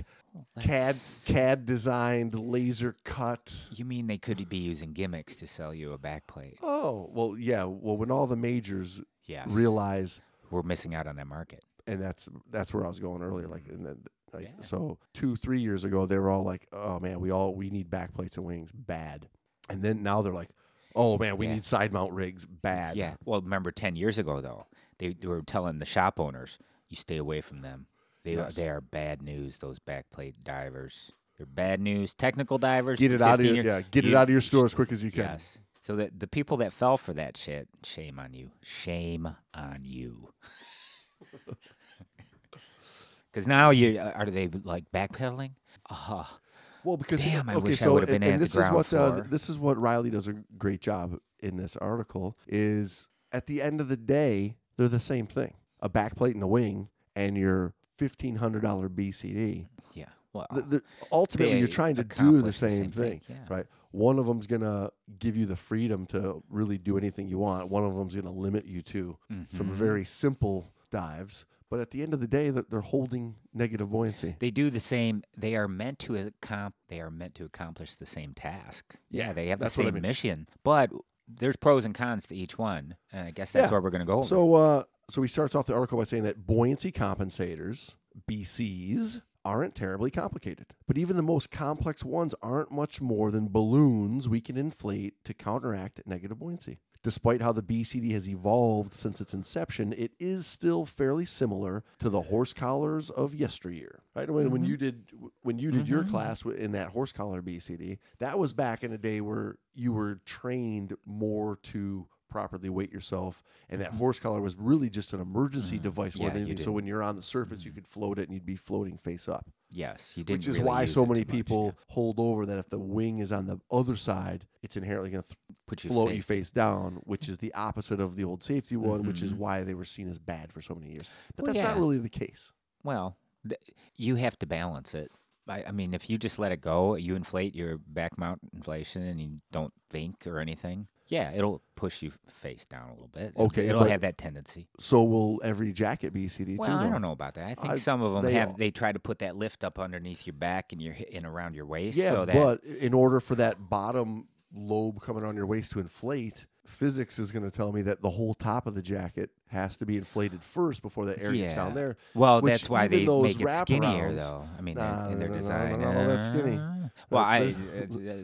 [SPEAKER 1] CAD
[SPEAKER 2] That's-
[SPEAKER 1] CAD designed, laser cut.
[SPEAKER 2] You mean they could be using gimmicks to sell you a backplate?
[SPEAKER 1] Oh well, yeah. Well, when all the majors
[SPEAKER 2] Yes.
[SPEAKER 1] realize,
[SPEAKER 2] We're missing out on that market.
[SPEAKER 1] and that's that's where I was going earlier. Like, and then, like
[SPEAKER 2] Yeah.
[SPEAKER 1] so, two three years ago, they were all like, "Oh man, we all we need backplates and wings bad," and then now they're like, "Oh man, we
[SPEAKER 2] Yeah.
[SPEAKER 1] need side mount rigs bad."
[SPEAKER 2] Yeah. Well, remember 10 years ago, though, they, they were telling the shop owners, you stay away from them. They, uh,
[SPEAKER 1] Yes.
[SPEAKER 2] they are bad news, those backplate divers. They're bad news. Technical divers.
[SPEAKER 1] get
[SPEAKER 2] the
[SPEAKER 1] it out of
[SPEAKER 2] 15
[SPEAKER 1] your,
[SPEAKER 2] year-
[SPEAKER 1] yeah, get it
[SPEAKER 2] you-
[SPEAKER 1] out of your store as quick as you can.
[SPEAKER 2] Yes. So that the people that fell for that shit, shame on you. Shame on you. Because now you uh, are they like backpedaling? Uh,
[SPEAKER 1] Well, because
[SPEAKER 2] Damn, I
[SPEAKER 1] okay,
[SPEAKER 2] wish I
[SPEAKER 1] so
[SPEAKER 2] would've
[SPEAKER 1] and,
[SPEAKER 2] been at
[SPEAKER 1] and
[SPEAKER 2] the
[SPEAKER 1] this
[SPEAKER 2] ground
[SPEAKER 1] is what
[SPEAKER 2] floor.
[SPEAKER 1] this is what Riley does a great job in this article is at the end of the day they're the same thing a backplate and a wing and your fifteen hundred dollar BCD.
[SPEAKER 2] yeah. Well,
[SPEAKER 1] Th- th- ultimately,
[SPEAKER 2] They
[SPEAKER 1] you're trying to do the
[SPEAKER 2] accomplish
[SPEAKER 1] same, thing,
[SPEAKER 2] yeah.
[SPEAKER 1] right? One of them's gonna give you the freedom to really do anything you want. One of them's gonna limit you to
[SPEAKER 2] Mm-hmm.
[SPEAKER 1] some very simple dives. But at the end of the day, they're, they're holding negative buoyancy.
[SPEAKER 2] they do the same. They are meant to accomp- They are meant to accomplish the same task. Yeah,
[SPEAKER 1] Yeah,
[SPEAKER 2] they have the
[SPEAKER 1] that's what I
[SPEAKER 2] same
[SPEAKER 1] mean.
[SPEAKER 2] mission, but there's pros and cons to each one. And I guess that's
[SPEAKER 1] Yeah.
[SPEAKER 2] where we're gonna go. Over.
[SPEAKER 1] So, uh, so he starts off the article by saying that buoyancy compensators (BCs) aren't terribly complicated, but even the most complex ones aren't much more than balloons we can inflate to counteract negative buoyancy. Despite how the BCD has evolved since its inception, it is still fairly similar to the horse collars of yesteryear. Right when, when you did when you did your
[SPEAKER 2] Mm-hmm.
[SPEAKER 1] class wi- in that horse collar BCD, that was back in a day where you were trained more to properly weight yourself. And that horse collar was really just an emergency device more
[SPEAKER 2] Mm-hmm. Yeah,
[SPEAKER 1] than
[SPEAKER 2] you
[SPEAKER 1] anything. So
[SPEAKER 2] didn't-
[SPEAKER 1] when you're on the surface, you could float it and you'd be floating face up,
[SPEAKER 2] yes, you didn't.
[SPEAKER 1] which is
[SPEAKER 2] really
[SPEAKER 1] why
[SPEAKER 2] use
[SPEAKER 1] so
[SPEAKER 2] it
[SPEAKER 1] many
[SPEAKER 2] too much, yeah.
[SPEAKER 1] people hold over that if the wing is on the other side, it's inherently going to
[SPEAKER 2] put you
[SPEAKER 1] float
[SPEAKER 2] face
[SPEAKER 1] you face down, which is the opposite of the old safety one, which is why they were seen as bad for so many years. But
[SPEAKER 2] Mm-hmm. Well,
[SPEAKER 1] that's not
[SPEAKER 2] yeah.
[SPEAKER 1] really the case.
[SPEAKER 2] Well, th- you have to balance it. I, I mean, if you just let it go, you inflate your back mount inflation, and you don't think or anything. Yeah, it'll push you face down a little bit. It'll-
[SPEAKER 1] Okay,
[SPEAKER 2] it'll
[SPEAKER 1] but-
[SPEAKER 2] have that tendency.
[SPEAKER 1] So will every jacket BCD too?
[SPEAKER 2] Well, I
[SPEAKER 1] though.
[SPEAKER 2] don't know about that. I think
[SPEAKER 1] I-
[SPEAKER 2] some of them
[SPEAKER 1] they
[SPEAKER 2] have.
[SPEAKER 1] all-
[SPEAKER 2] They try to put that lift up underneath your back and your hi- and around your waist.
[SPEAKER 1] Yeah,
[SPEAKER 2] so that
[SPEAKER 1] but in order for that bottom lobe coming on your waist to inflate, physics is going to tell me that the whole top of the jacket has to be inflated first before the air gets down
[SPEAKER 2] Yeah.
[SPEAKER 1] there.
[SPEAKER 2] Well,
[SPEAKER 1] which
[SPEAKER 2] that's why
[SPEAKER 1] even
[SPEAKER 2] they
[SPEAKER 1] those
[SPEAKER 2] make it skinnier,
[SPEAKER 1] wraparounds-
[SPEAKER 2] though. I mean,
[SPEAKER 1] Nah,
[SPEAKER 2] in, in their
[SPEAKER 1] no, no, no, no,
[SPEAKER 2] design.
[SPEAKER 1] no, no, that's skinny.
[SPEAKER 2] Uh, Well, I, I,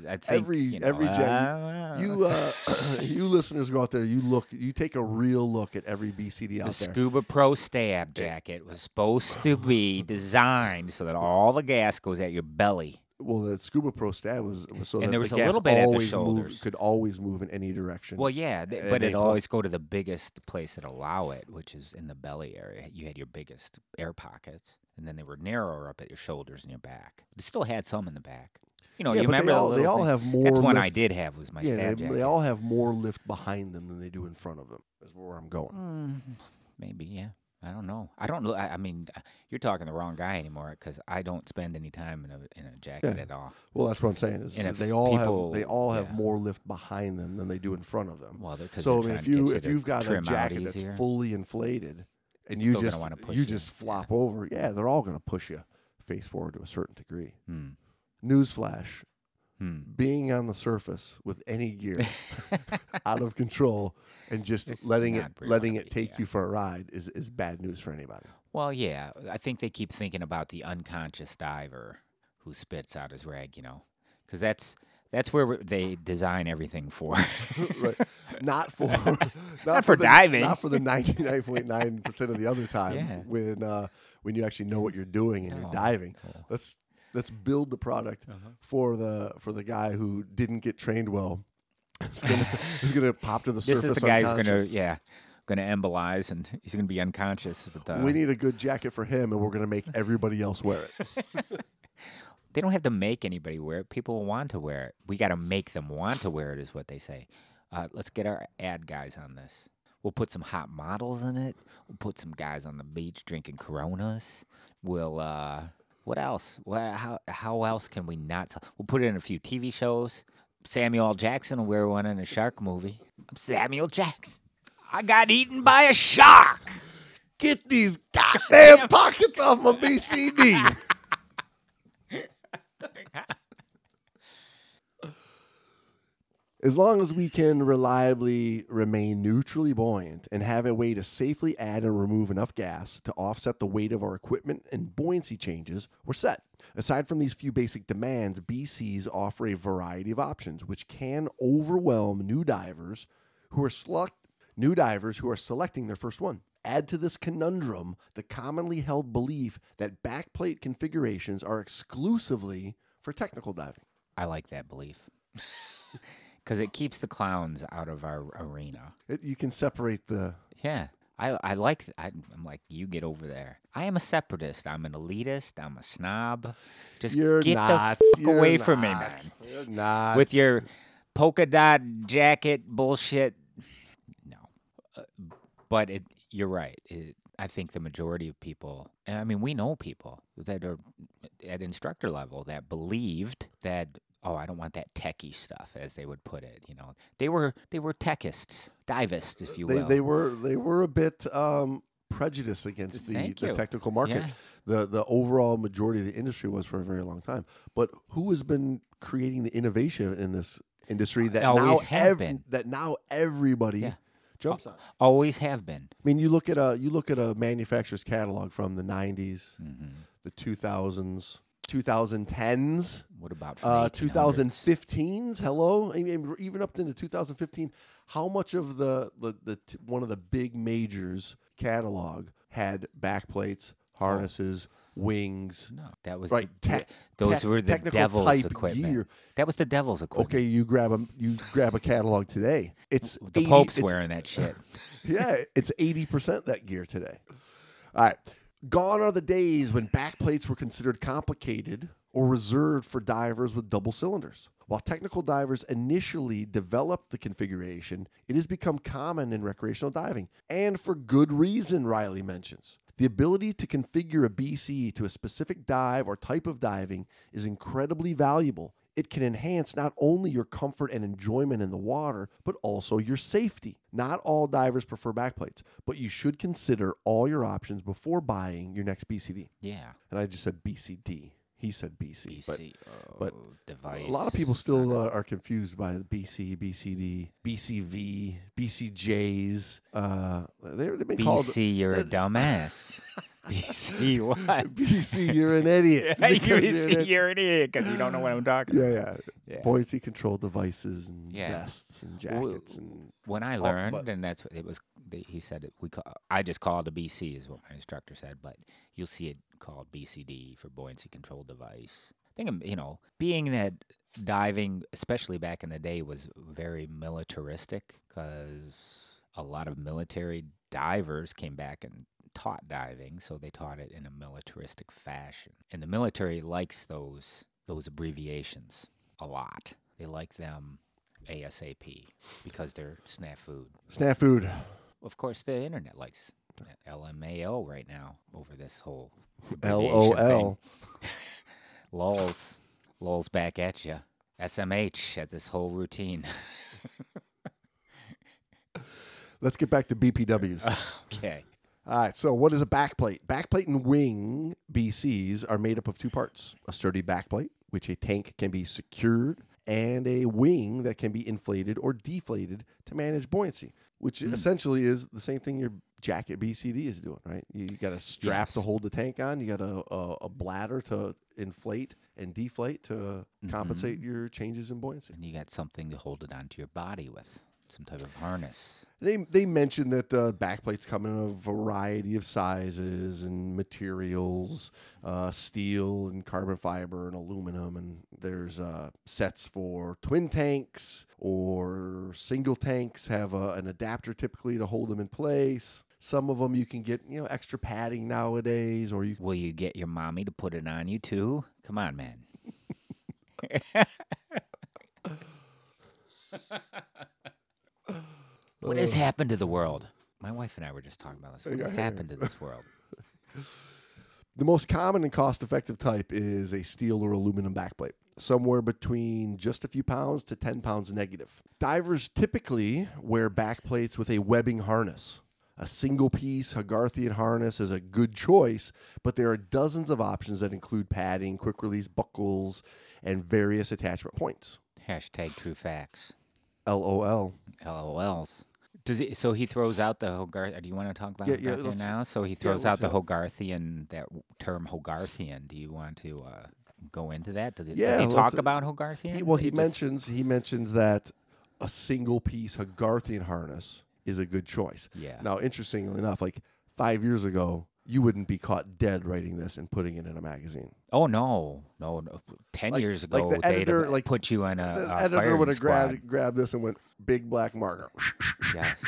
[SPEAKER 2] I think
[SPEAKER 1] Every-
[SPEAKER 2] you know,
[SPEAKER 1] every gen-
[SPEAKER 2] uh,
[SPEAKER 1] You, uh, you listeners go out there. You look. You take a real look at every BCD
[SPEAKER 2] The
[SPEAKER 1] out there.
[SPEAKER 2] Scuba Pro Stab jacket was supposed to be designed so that all the gas goes at your belly.
[SPEAKER 1] Well, that Scuba Pro stab was, was so
[SPEAKER 2] And
[SPEAKER 1] that
[SPEAKER 2] there was
[SPEAKER 1] the
[SPEAKER 2] a
[SPEAKER 1] gas
[SPEAKER 2] little bit at the
[SPEAKER 1] always
[SPEAKER 2] shoulders.
[SPEAKER 1] Move, could always move in any direction.
[SPEAKER 2] Well, yeah, th-
[SPEAKER 1] It
[SPEAKER 2] but
[SPEAKER 1] ain't
[SPEAKER 2] it'll
[SPEAKER 1] close.
[SPEAKER 2] always go to the biggest place that allow it, which is in the belly area. You had your biggest air pockets, and then they were narrower up at your shoulders and your back. They still had some in the back. You know,
[SPEAKER 1] Yeah,
[SPEAKER 2] you
[SPEAKER 1] but they
[SPEAKER 2] remember the
[SPEAKER 1] all- they
[SPEAKER 2] little
[SPEAKER 1] all
[SPEAKER 2] thing?
[SPEAKER 1] have more
[SPEAKER 2] That's one I
[SPEAKER 1] lift-
[SPEAKER 2] did have was my
[SPEAKER 1] yeah,
[SPEAKER 2] stab
[SPEAKER 1] they,
[SPEAKER 2] jacket.
[SPEAKER 1] they all have more lift behind them than they do in front of them. Is where I'm going.
[SPEAKER 2] Mm, maybe, yeah. I don't know. I don't know. I, I mean, uh, you're talking the wrong guy anymore because I don't spend any time in a in a jacket
[SPEAKER 1] Yeah.
[SPEAKER 2] at all.
[SPEAKER 1] Well, that's what I'm saying. Is
[SPEAKER 2] And if
[SPEAKER 1] they all
[SPEAKER 2] people-
[SPEAKER 1] have they all have
[SPEAKER 2] yeah.
[SPEAKER 1] more lift behind them than they do in front of them.
[SPEAKER 2] Well, because
[SPEAKER 1] so I
[SPEAKER 2] they're
[SPEAKER 1] mean,
[SPEAKER 2] trying
[SPEAKER 1] if
[SPEAKER 2] to get
[SPEAKER 1] you,
[SPEAKER 2] you
[SPEAKER 1] if
[SPEAKER 2] to
[SPEAKER 1] you've got a
[SPEAKER 2] trim out
[SPEAKER 1] jacket that's
[SPEAKER 2] easier.
[SPEAKER 1] fully inflated, and
[SPEAKER 2] It's
[SPEAKER 1] you
[SPEAKER 2] still gonna
[SPEAKER 1] just
[SPEAKER 2] wanna push
[SPEAKER 1] you
[SPEAKER 2] you,
[SPEAKER 1] just
[SPEAKER 2] yeah.
[SPEAKER 1] flop over, yeah, they're all going to push you face forward to a certain degree.
[SPEAKER 2] Hmm.
[SPEAKER 1] Newsflash:
[SPEAKER 2] Hmm.
[SPEAKER 1] being on the surface with any gear out of control and just
[SPEAKER 2] It's
[SPEAKER 1] letting it
[SPEAKER 2] not where you
[SPEAKER 1] letting
[SPEAKER 2] wanna
[SPEAKER 1] it
[SPEAKER 2] be,
[SPEAKER 1] take
[SPEAKER 2] yeah.
[SPEAKER 1] you for a ride is is bad news for anybody.
[SPEAKER 2] Well, yeah. I think they keep thinking about the unconscious diver who spits out his rag, you know, because that's that's where we- they design everything for.
[SPEAKER 1] right. Not for not,
[SPEAKER 2] for
[SPEAKER 1] the,
[SPEAKER 2] diving.
[SPEAKER 1] Not for the ninety nine point nine percent of the other time
[SPEAKER 2] Yeah. Oh,
[SPEAKER 1] when uh, when you actually know what you're doing and
[SPEAKER 2] No,
[SPEAKER 1] you're diving. Let's let's build the product for the for the guy who didn't get trained well. Is gonna, is gonna pop to the
[SPEAKER 2] this
[SPEAKER 1] surface.
[SPEAKER 2] is the guy who's gonna,
[SPEAKER 1] unconscious.
[SPEAKER 2] yeah, gonna embolize and he's gonna be unconscious. But uh,
[SPEAKER 1] We need a good jacket for him, and we're gonna make everybody else wear it.
[SPEAKER 2] they don't have to make anybody wear it. People want to wear it. We got to make them want to wear it, is what they say. Uh, let's get our ad guys on this. We'll put some hot models in it. We'll put some guys on the beach drinking Coronas. We'll uh, what else? Well, how how else can we not? Sell? We'll put it in a few TV shows. Samuel L. Jackson will wear one in a shark movie. I'm Samuel Jackson. I got eaten by a shark.
[SPEAKER 1] Get these goddamn pockets off my BCD. As long as we can reliably remain neutrally buoyant and have a way to safely add and remove enough gas to offset the weight of our equipment and buoyancy changes, we're set. Aside from these few basic demands, BCs offer a variety of options which can overwhelm new divers who are select new divers who are selecting their first one. Add to this conundrum the commonly held belief that backplate configurations are exclusively for technical diving.
[SPEAKER 2] I like that belief because it keeps the clowns out of our arena.
[SPEAKER 1] It, you can separate the
[SPEAKER 2] Yeah, I I like. th- I, I'm like you get over there. I am a separatist. I'm an elitist. I'm a snob. Just
[SPEAKER 1] You're
[SPEAKER 2] get
[SPEAKER 1] not.
[SPEAKER 2] the fuck
[SPEAKER 1] You're
[SPEAKER 2] away from me,
[SPEAKER 1] not.
[SPEAKER 2] man.
[SPEAKER 1] You're not.
[SPEAKER 2] With your polka dot jacket bullshit. No, Uh, but it, you're right. It, I think the majority of people. and I mean, we know people that are at instructor level that believed that. Oh, I don't want that techie stuff, as they would put it. You know, they were they were techists, divists, if you
[SPEAKER 1] they,
[SPEAKER 2] will.
[SPEAKER 1] they were they were a bit um, prejudiced against the,
[SPEAKER 2] Thank
[SPEAKER 1] the
[SPEAKER 2] you.
[SPEAKER 1] technical market.
[SPEAKER 2] Yeah.
[SPEAKER 1] The the overall majority of the industry was for a very long time. But who has been creating the innovation in this industry that now
[SPEAKER 2] Always have been.
[SPEAKER 1] that now everybody
[SPEAKER 2] Yeah. Uh,
[SPEAKER 1] jumps on?
[SPEAKER 2] Always have been.
[SPEAKER 1] I mean, you look at a you look at a manufacturer's catalog from the '90s,
[SPEAKER 2] Mm-hmm.
[SPEAKER 1] the 2000s, 2010s.
[SPEAKER 2] What about from
[SPEAKER 1] Uh,
[SPEAKER 2] 1800?
[SPEAKER 1] 2015s. Hello, I mean, even up into 2015. How much of the, the the t- one of the big majors catalog had backplates, harnesses,
[SPEAKER 2] Oh.
[SPEAKER 1] wings?
[SPEAKER 2] No, that was
[SPEAKER 1] Right,
[SPEAKER 2] the-
[SPEAKER 1] tech-
[SPEAKER 2] those
[SPEAKER 1] tech-
[SPEAKER 2] were the
[SPEAKER 1] technical
[SPEAKER 2] devil's
[SPEAKER 1] type
[SPEAKER 2] equipment.
[SPEAKER 1] gear.
[SPEAKER 2] That was the devil's equipment.
[SPEAKER 1] Okay, you grab a you grab a catalog today. It's
[SPEAKER 2] the
[SPEAKER 1] 80
[SPEAKER 2] Pope's
[SPEAKER 1] it's-
[SPEAKER 2] wearing that shit.
[SPEAKER 1] yeah, it's 80% that gear today. All right. Gone are the days when backplates were considered complicated or reserved for divers with double cylinders. While technical divers initially developed the configuration, it has become common in recreational diving, and for good reason, Riley mentions. The ability to configure a BC to a specific dive or type of diving is incredibly valuable. It can enhance not only your comfort and enjoyment in the water, but also your safety. Not all divers prefer backplates, but you should consider all your options before buying your next BCD.
[SPEAKER 2] Yeah,
[SPEAKER 1] And I just said BCD. He said BC. But
[SPEAKER 2] BC.
[SPEAKER 1] but
[SPEAKER 2] oh, device.
[SPEAKER 1] a lot of people still uh, are confused by the BC, BCD, BCV, BCJs. Uh, they're, they've been called
[SPEAKER 2] BC, you're a dumbass. BC, what?
[SPEAKER 1] BC, you're an idiot. Because you're an
[SPEAKER 2] BC,
[SPEAKER 1] idiot.
[SPEAKER 2] you're an idiot because you don't know what I'm talking
[SPEAKER 1] Yeah,
[SPEAKER 2] about.
[SPEAKER 1] yeah.
[SPEAKER 2] Yeah.
[SPEAKER 1] Buoyancy control devices and
[SPEAKER 2] Yeah.
[SPEAKER 1] vests and jackets and
[SPEAKER 2] When I
[SPEAKER 1] but-
[SPEAKER 2] learned, and that's what it was. They, he said it, we call. I just called a BC is what my instructor said, but you'll see it called BCD for buoyancy control device. I think um, you know, being that diving, especially back in the day, was very militaristic because a lot of military divers came back and taught diving, so they taught it in a militaristic fashion. And the military likes those those abbreviations a lot. They like them ASAP because they're snafu.
[SPEAKER 1] snack food.
[SPEAKER 2] Of course, the internet likes LMAO right now over this whole
[SPEAKER 1] L
[SPEAKER 2] abbreviation
[SPEAKER 1] O
[SPEAKER 2] thing.
[SPEAKER 1] L.
[SPEAKER 2] lols, lols back at you. SMH at this whole routine.
[SPEAKER 1] Let's get back to BPWs.
[SPEAKER 2] okay.
[SPEAKER 1] All right. So, what is a backplate? Backplate and wing BCs are made up of two parts a sturdy backplate, which a tank can be secured, and a wing that can be inflated or deflated to manage buoyancy, which essentially is the same thing your jacket BCD is doing, right? You got a strap to
[SPEAKER 2] Yes.
[SPEAKER 1] hold the tank on, you got a, a, a bladder to inflate and deflate to compensate your changes in buoyancy.
[SPEAKER 2] And you got something to hold it onto your body with, some type of harness.
[SPEAKER 1] They they mentioned that uh, backplates come in a variety of sizes and materials, uh, steel and carbon fiber and aluminum, and there's uh, sets for twin tanks or single tanks have a, an adapter typically to hold them in place. Some of them you can get you know extra padding nowadays, or you
[SPEAKER 2] Will you get your mommy to put it on you too? Come on, man. what has happened to the world? My wife and I were just talking about this. What has happened to this world?
[SPEAKER 1] The most common and cost effective type is a steel or aluminum backplate, somewhere between just a few pounds to 10 pounds negative. Divers typically wear backplates with a webbing harness. A single piece Hogarthian harness is a good choice, but there are dozens of options that include padding, quick release buckles, and various attachment points.
[SPEAKER 2] Hashtag true facts.
[SPEAKER 1] LOL.
[SPEAKER 2] LOLs. Does he, so he throws out the Hogarth. uh, Do you want to talk about
[SPEAKER 1] Yeah, yeah,
[SPEAKER 2] Hogarthian
[SPEAKER 1] let's-
[SPEAKER 2] now? So he throws
[SPEAKER 1] let's
[SPEAKER 2] out the
[SPEAKER 1] do
[SPEAKER 2] Hogarthian, that w- term Hogarthian. Do you want to uh, go into that? Does, he-
[SPEAKER 1] Yeah,
[SPEAKER 2] does he
[SPEAKER 1] let's-
[SPEAKER 2] talk about Hogarthian?
[SPEAKER 1] He, well,
[SPEAKER 2] Or
[SPEAKER 1] he
[SPEAKER 2] just-
[SPEAKER 1] mentions he mentions that a single piece Hogarthian harness is a good choice.
[SPEAKER 2] Yeah.
[SPEAKER 1] Now, interestingly enough, like five years ago, you wouldn't be caught dead writing this and putting it in a magazine.
[SPEAKER 2] Oh no, no, no. Ten
[SPEAKER 1] Like-
[SPEAKER 2] years
[SPEAKER 1] like
[SPEAKER 2] ago,
[SPEAKER 1] the
[SPEAKER 2] they'd
[SPEAKER 1] editor,
[SPEAKER 2] have
[SPEAKER 1] like,
[SPEAKER 2] put you in a,
[SPEAKER 1] the
[SPEAKER 2] a
[SPEAKER 1] editor
[SPEAKER 2] firing
[SPEAKER 1] would have
[SPEAKER 2] squad.
[SPEAKER 1] grabbed grabbed this and went big black marker.
[SPEAKER 2] Yes,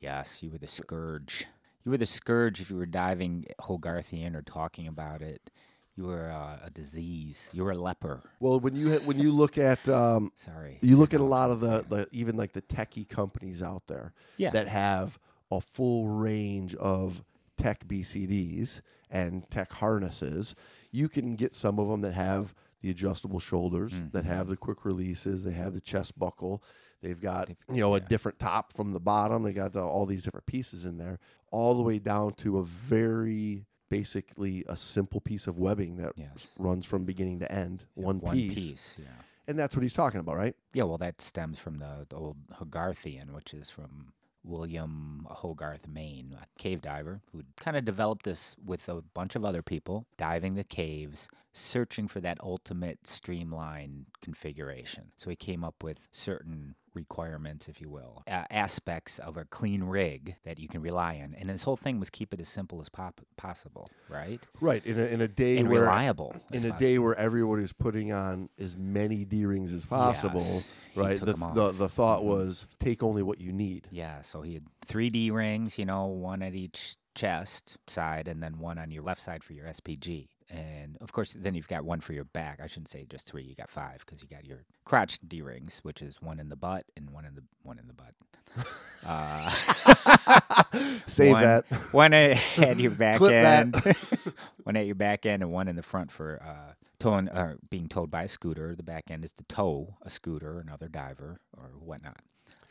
[SPEAKER 2] yes, you were the scourge. You were the scourge if you were diving Hogarthian or talking about it. You were uh, a disease. You were a leper.
[SPEAKER 1] Well, when you when you look at um,
[SPEAKER 2] Sorry.
[SPEAKER 1] you look at a lot of the, the even like the techie companies out there
[SPEAKER 2] Yeah.
[SPEAKER 1] that have a full range of tech BCDs and tech harnesses. You can get some of them that have the adjustable shoulders,
[SPEAKER 2] Mm-hmm.
[SPEAKER 1] that have the quick releases, they have the chest buckle, they've got you know a different top from the bottom, they got the, all these different pieces in there, all the way down to a very basically a simple piece of webbing that
[SPEAKER 2] Yes.
[SPEAKER 1] runs from beginning to end,
[SPEAKER 2] One piece. Yeah.
[SPEAKER 1] and that's what he's talking about, right?
[SPEAKER 2] Yeah. Well, that stems from the, the old Hogarthian, which is from William Hogarth, Maine, a cave diver who kind of developed this with a bunch of other people, diving the caves, searching for that ultimate streamlined configuration. So he came up with certain requirements, if you will, uh, aspects of a clean rig that you can rely on. And his whole thing was keep it as simple as pop- possible, right?
[SPEAKER 1] Right. In a, in a day
[SPEAKER 2] And
[SPEAKER 1] where
[SPEAKER 2] reliable. as
[SPEAKER 1] in a
[SPEAKER 2] possible.
[SPEAKER 1] day where everybody was putting on as many D rings as possible,
[SPEAKER 2] Yes. He
[SPEAKER 1] right?
[SPEAKER 2] took
[SPEAKER 1] The,
[SPEAKER 2] 'em
[SPEAKER 1] the
[SPEAKER 2] off. Mm-hmm.
[SPEAKER 1] the thought was take only what you need.
[SPEAKER 2] Yeah, so he had three D rings, you know, one at each chest side, and then one on your left side for your SPG. And of course, then you've got one for your back. I shouldn't say just three; you got five because you got your crotch D rings, which is one in the butt and one in the one in the butt. Uh,
[SPEAKER 1] Save
[SPEAKER 2] one,
[SPEAKER 1] that.
[SPEAKER 2] one at, at your back
[SPEAKER 1] Clip that.
[SPEAKER 2] end, one at your back end, and one in the front for uh, towing or being towed by a scooter. The back end is to tow a scooter, another diver, or whatnot.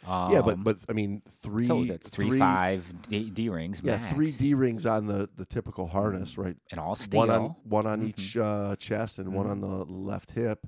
[SPEAKER 2] Um,
[SPEAKER 1] yeah, but but I mean three
[SPEAKER 2] so that's three, five D, D rings.
[SPEAKER 1] yeah
[SPEAKER 2] max. Mm-hmm.
[SPEAKER 1] three D rings on the the typical harness, right?
[SPEAKER 2] and all steel. Mm-hmm.
[SPEAKER 1] One on one on each uh, chest and one on the left hip.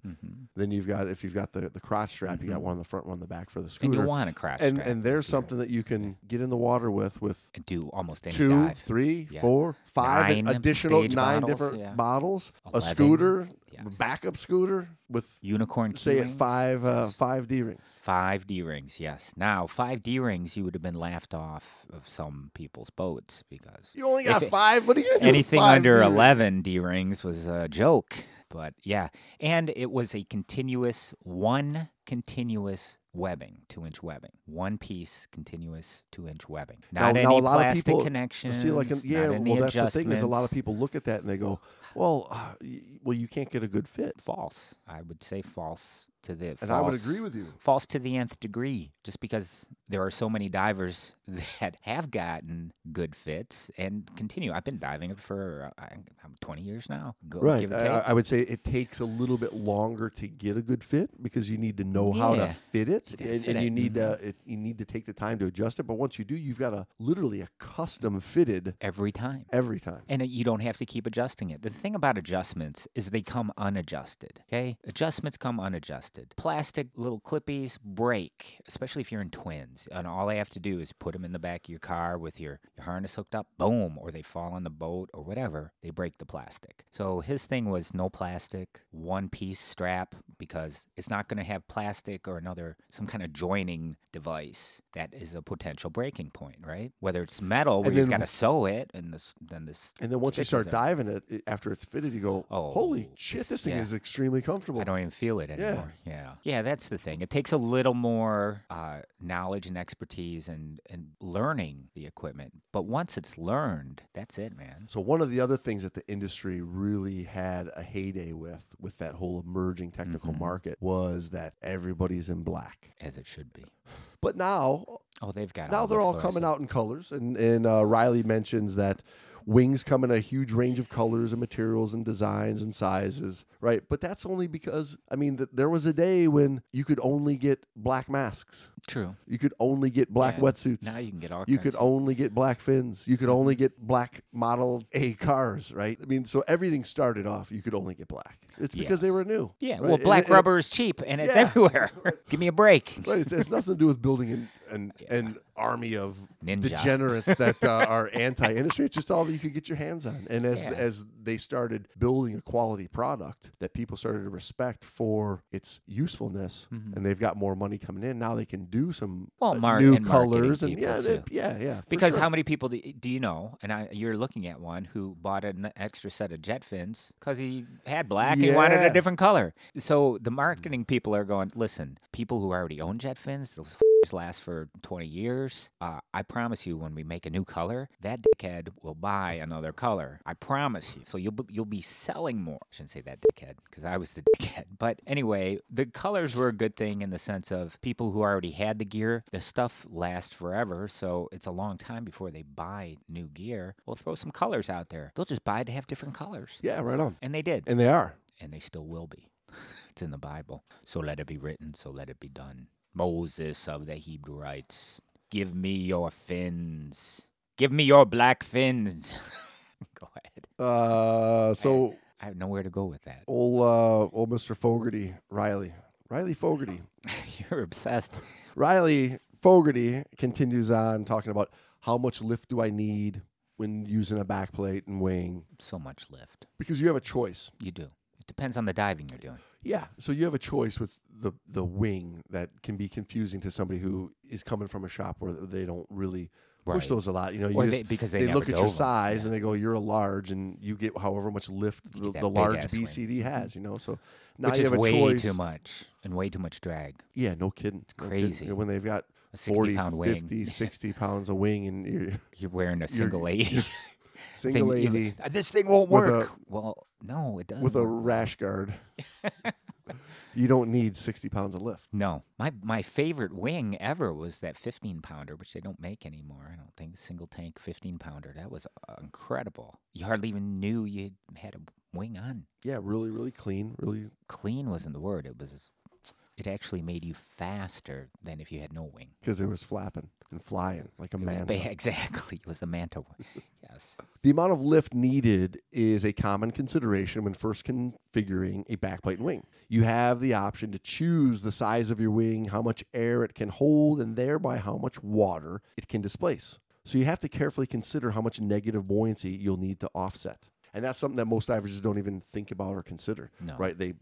[SPEAKER 1] Then you've got if you've got the the crotch strap, you got one on the front, one on the back for the
[SPEAKER 2] Mm-hmm. and you
[SPEAKER 1] scooter.
[SPEAKER 2] want a crash
[SPEAKER 1] And
[SPEAKER 2] strap
[SPEAKER 1] and there's something that you can get in the water with with
[SPEAKER 2] and do almost any
[SPEAKER 1] Two,
[SPEAKER 2] dive.
[SPEAKER 1] three,
[SPEAKER 2] Yeah.
[SPEAKER 1] four, five
[SPEAKER 2] Nine
[SPEAKER 1] additional
[SPEAKER 2] stage
[SPEAKER 1] nine
[SPEAKER 2] bottles,
[SPEAKER 1] different
[SPEAKER 2] yeah.
[SPEAKER 1] bottles, a
[SPEAKER 2] Eleven,
[SPEAKER 1] scooter, a
[SPEAKER 2] yes.
[SPEAKER 1] backup scooter with
[SPEAKER 2] Unicorn.
[SPEAKER 1] say
[SPEAKER 2] key
[SPEAKER 1] at
[SPEAKER 2] rings?
[SPEAKER 1] five uh, five D rings.
[SPEAKER 2] Five D rings. Yes. Now five D rings, you would have been laughed off of some people's boats because
[SPEAKER 1] You only
[SPEAKER 2] If
[SPEAKER 1] got
[SPEAKER 2] it-
[SPEAKER 1] five. What are you gonna do? with
[SPEAKER 2] anything
[SPEAKER 1] five
[SPEAKER 2] under
[SPEAKER 1] D-rings?
[SPEAKER 2] 11 D rings was a joke. But yeah, and it was a continuous, one continuous webbing, two inch webbing, one piece continuous two inch webbing. Not any plastic
[SPEAKER 1] you
[SPEAKER 2] connections.
[SPEAKER 1] See, like,
[SPEAKER 2] not
[SPEAKER 1] yeah,
[SPEAKER 2] any
[SPEAKER 1] well, that's the thing is a lot of
[SPEAKER 2] adjustments.
[SPEAKER 1] people look at that and they go, "Well, uh, y- well, you can't get a good fit."
[SPEAKER 2] false. I would say false to the.
[SPEAKER 1] And I would agree
[SPEAKER 2] false-
[SPEAKER 1] with you.
[SPEAKER 2] False to the nth degree, just because there are so many divers that have gotten good fits and continue. I've been diving it for uh, I- I'm 20 years now. Go,
[SPEAKER 1] Right.
[SPEAKER 2] Give
[SPEAKER 1] I,
[SPEAKER 2] or take.
[SPEAKER 1] I- I would say it takes a little bit longer to get a good fit because you need to know how to
[SPEAKER 2] Yeah.
[SPEAKER 1] fit it,
[SPEAKER 2] gotta
[SPEAKER 1] and,
[SPEAKER 2] fit
[SPEAKER 1] and you
[SPEAKER 2] it, Mm-hmm.
[SPEAKER 1] need to it, you need to take the time to adjust it. But once you do, you've got a literally a custom fitted
[SPEAKER 2] every time.
[SPEAKER 1] every time.
[SPEAKER 2] And you don't have to keep adjusting it. The thing about adjustments is they come unadjusted. Okay? Adjustments come unadjusted. Plastic little clippies break, especially if you're in twins. And all they have to do is put them in the back of your car with your, your harness hooked up, boom, or they fall on the boat or whatever, they break the plastic. So his thing was no plastic, one piece strap, because it's not going to have plastic or another, some kind of joining device that is a potential breaking point, right? Whether it's metal, where
[SPEAKER 1] And
[SPEAKER 2] you've
[SPEAKER 1] then-
[SPEAKER 2] got to sew it, and this, then this
[SPEAKER 1] And then once you
[SPEAKER 2] Stitches
[SPEAKER 1] start
[SPEAKER 2] it.
[SPEAKER 1] diving it, it after it's fitted, you go,
[SPEAKER 2] Oh,
[SPEAKER 1] "Holy shit,
[SPEAKER 2] this-
[SPEAKER 1] this thing
[SPEAKER 2] yeah.
[SPEAKER 1] is extremely comfortable."
[SPEAKER 2] I don't even feel it
[SPEAKER 1] Yeah.
[SPEAKER 2] anymore. Yeah. Yeah. that's the thing. It takes a little more uh, knowledge and expertise and, and learning the equipment. But once it's learned, that's it, man.
[SPEAKER 1] So one of the other things that the industry really had a heyday with, with that whole emerging technical
[SPEAKER 2] Mm-hmm.
[SPEAKER 1] market, was that everybody's in black.
[SPEAKER 2] As it should be.
[SPEAKER 1] But now
[SPEAKER 2] Oh, they've got
[SPEAKER 1] now
[SPEAKER 2] the
[SPEAKER 1] they're all
[SPEAKER 2] fluorescent-
[SPEAKER 1] coming out in colors and and uh, riley mentions that Wings come in a huge range of colors and materials and designs and sizes, right? But that's only because, I mean, th- there was a day when you could only get black masks.
[SPEAKER 2] True.
[SPEAKER 1] You could only get black
[SPEAKER 2] Yeah.
[SPEAKER 1] wetsuits.
[SPEAKER 2] Now you can get all
[SPEAKER 1] You
[SPEAKER 2] kinds.
[SPEAKER 1] could only get black fins. You could only get black Model A cars, right? I mean, so everything started off, you could only get black. It's because
[SPEAKER 2] Yeah.
[SPEAKER 1] they were new.
[SPEAKER 2] Yeah,
[SPEAKER 1] right?
[SPEAKER 2] well,
[SPEAKER 1] And-
[SPEAKER 2] black
[SPEAKER 1] and-
[SPEAKER 2] rubber is cheap and it's
[SPEAKER 1] Yeah.
[SPEAKER 2] everywhere. Give me a break.
[SPEAKER 1] Right, it's, it's nothing to do with building an an, an army of
[SPEAKER 2] Ninja.
[SPEAKER 1] degenerates that uh, are anti-industry. It's just all that you could get your hands on. And as
[SPEAKER 2] Yeah.
[SPEAKER 1] as they started building a quality product that people started to respect for its usefulness, and they've got more money coming in now, they can do some
[SPEAKER 2] Mm-hmm.
[SPEAKER 1] uh,
[SPEAKER 2] Well, mar-
[SPEAKER 1] new
[SPEAKER 2] and marketing
[SPEAKER 1] colors and
[SPEAKER 2] people,
[SPEAKER 1] yeah, they-
[SPEAKER 2] too.
[SPEAKER 1] yeah, yeah. for
[SPEAKER 2] Because
[SPEAKER 1] sure.
[SPEAKER 2] how many people do, do you know? And I, you're looking at one who bought an extra set of jet fins because he had black and he wanted
[SPEAKER 1] Yeah.
[SPEAKER 2] a different color. So the marketing people are going, listen, people who already own jet fins, those f- last for 20 years. Uh, I promise you, when we make a new color, that dickhead will buy another color. I promise you. So you'll b- you'll be selling more. I shouldn't say that dickhead because I was the dickhead. But anyway, the colors were a good thing in the sense of people who already had the gear. The stuff lasts forever, so it's a long time before they buy new gear. We'll throw some colors out there. They'll just buy to have different colors,
[SPEAKER 1] Yeah, right on.
[SPEAKER 2] and they did,
[SPEAKER 1] And they are.
[SPEAKER 2] and they still will be. It's in the Bible. So let it be written. So let it be done. Moses of the Hebrew writes, "Give me your fins. Give me your black fins." Go ahead.
[SPEAKER 1] Uh, so
[SPEAKER 2] I have nowhere to go with that.
[SPEAKER 1] old uh, old Mister Fogarty Riley Riley Fogarty
[SPEAKER 2] You're obsessed.
[SPEAKER 1] Riley Fogarty continues on talking about how much lift do I need when using a backplate and wing
[SPEAKER 2] So much lift.
[SPEAKER 1] because you have a choice.
[SPEAKER 2] You do. It depends on the diving you're doing.
[SPEAKER 1] Yeah, so you have a choice with the the wing that can be confusing to somebody who is coming from a shop where they don't really push
[SPEAKER 2] Right.
[SPEAKER 1] those a lot. You know, you
[SPEAKER 2] Or
[SPEAKER 1] just,
[SPEAKER 2] they- because they never
[SPEAKER 1] look at your
[SPEAKER 2] dove 'em.
[SPEAKER 1] size and they go, "You're a large," and you get however much lift the,
[SPEAKER 2] that
[SPEAKER 1] the
[SPEAKER 2] big
[SPEAKER 1] large
[SPEAKER 2] ass wing.
[SPEAKER 1] BCD has. You know, so now
[SPEAKER 2] Which
[SPEAKER 1] you
[SPEAKER 2] is
[SPEAKER 1] have a
[SPEAKER 2] way
[SPEAKER 1] choice.
[SPEAKER 2] too much and way too much drag.
[SPEAKER 1] Yeah, no kidding. It's
[SPEAKER 2] crazy.
[SPEAKER 1] When they've got
[SPEAKER 2] A 60
[SPEAKER 1] 40,
[SPEAKER 2] pound wing.
[SPEAKER 1] 50, 60 pounds a wing and you're
[SPEAKER 2] You're wearing a single 80.
[SPEAKER 1] single
[SPEAKER 2] thing. You're
[SPEAKER 1] lady.
[SPEAKER 2] like, this thing won't
[SPEAKER 1] with a-
[SPEAKER 2] work. well, no, it doesn't.
[SPEAKER 1] with a
[SPEAKER 2] work.
[SPEAKER 1] rash guard. you don't need 60 pounds of lift.
[SPEAKER 2] No, my my favorite wing ever was that 15 pounder, which they don't make anymore. I don't think single tank 15 pounder. That was uh, incredible. You hardly even knew you had a wing on.
[SPEAKER 1] Yeah, really, really clean. Really,
[SPEAKER 2] Clean wasn't the word. It was. It actually made you faster than if you had no wing.
[SPEAKER 1] because it was flapping and flying like a
[SPEAKER 2] It was
[SPEAKER 1] man.
[SPEAKER 2] ba- exactly. It was a manta wing. Yes.
[SPEAKER 1] The amount of lift needed is a common consideration when first configuring a backplate and wing. You have the option to choose the size of your wing, how much air it can hold, and thereby how much water it can displace. So you have to carefully consider how much negative buoyancy you'll need to offset. And that's something that most divers don't even think about or consider.
[SPEAKER 2] No.
[SPEAKER 1] Right? They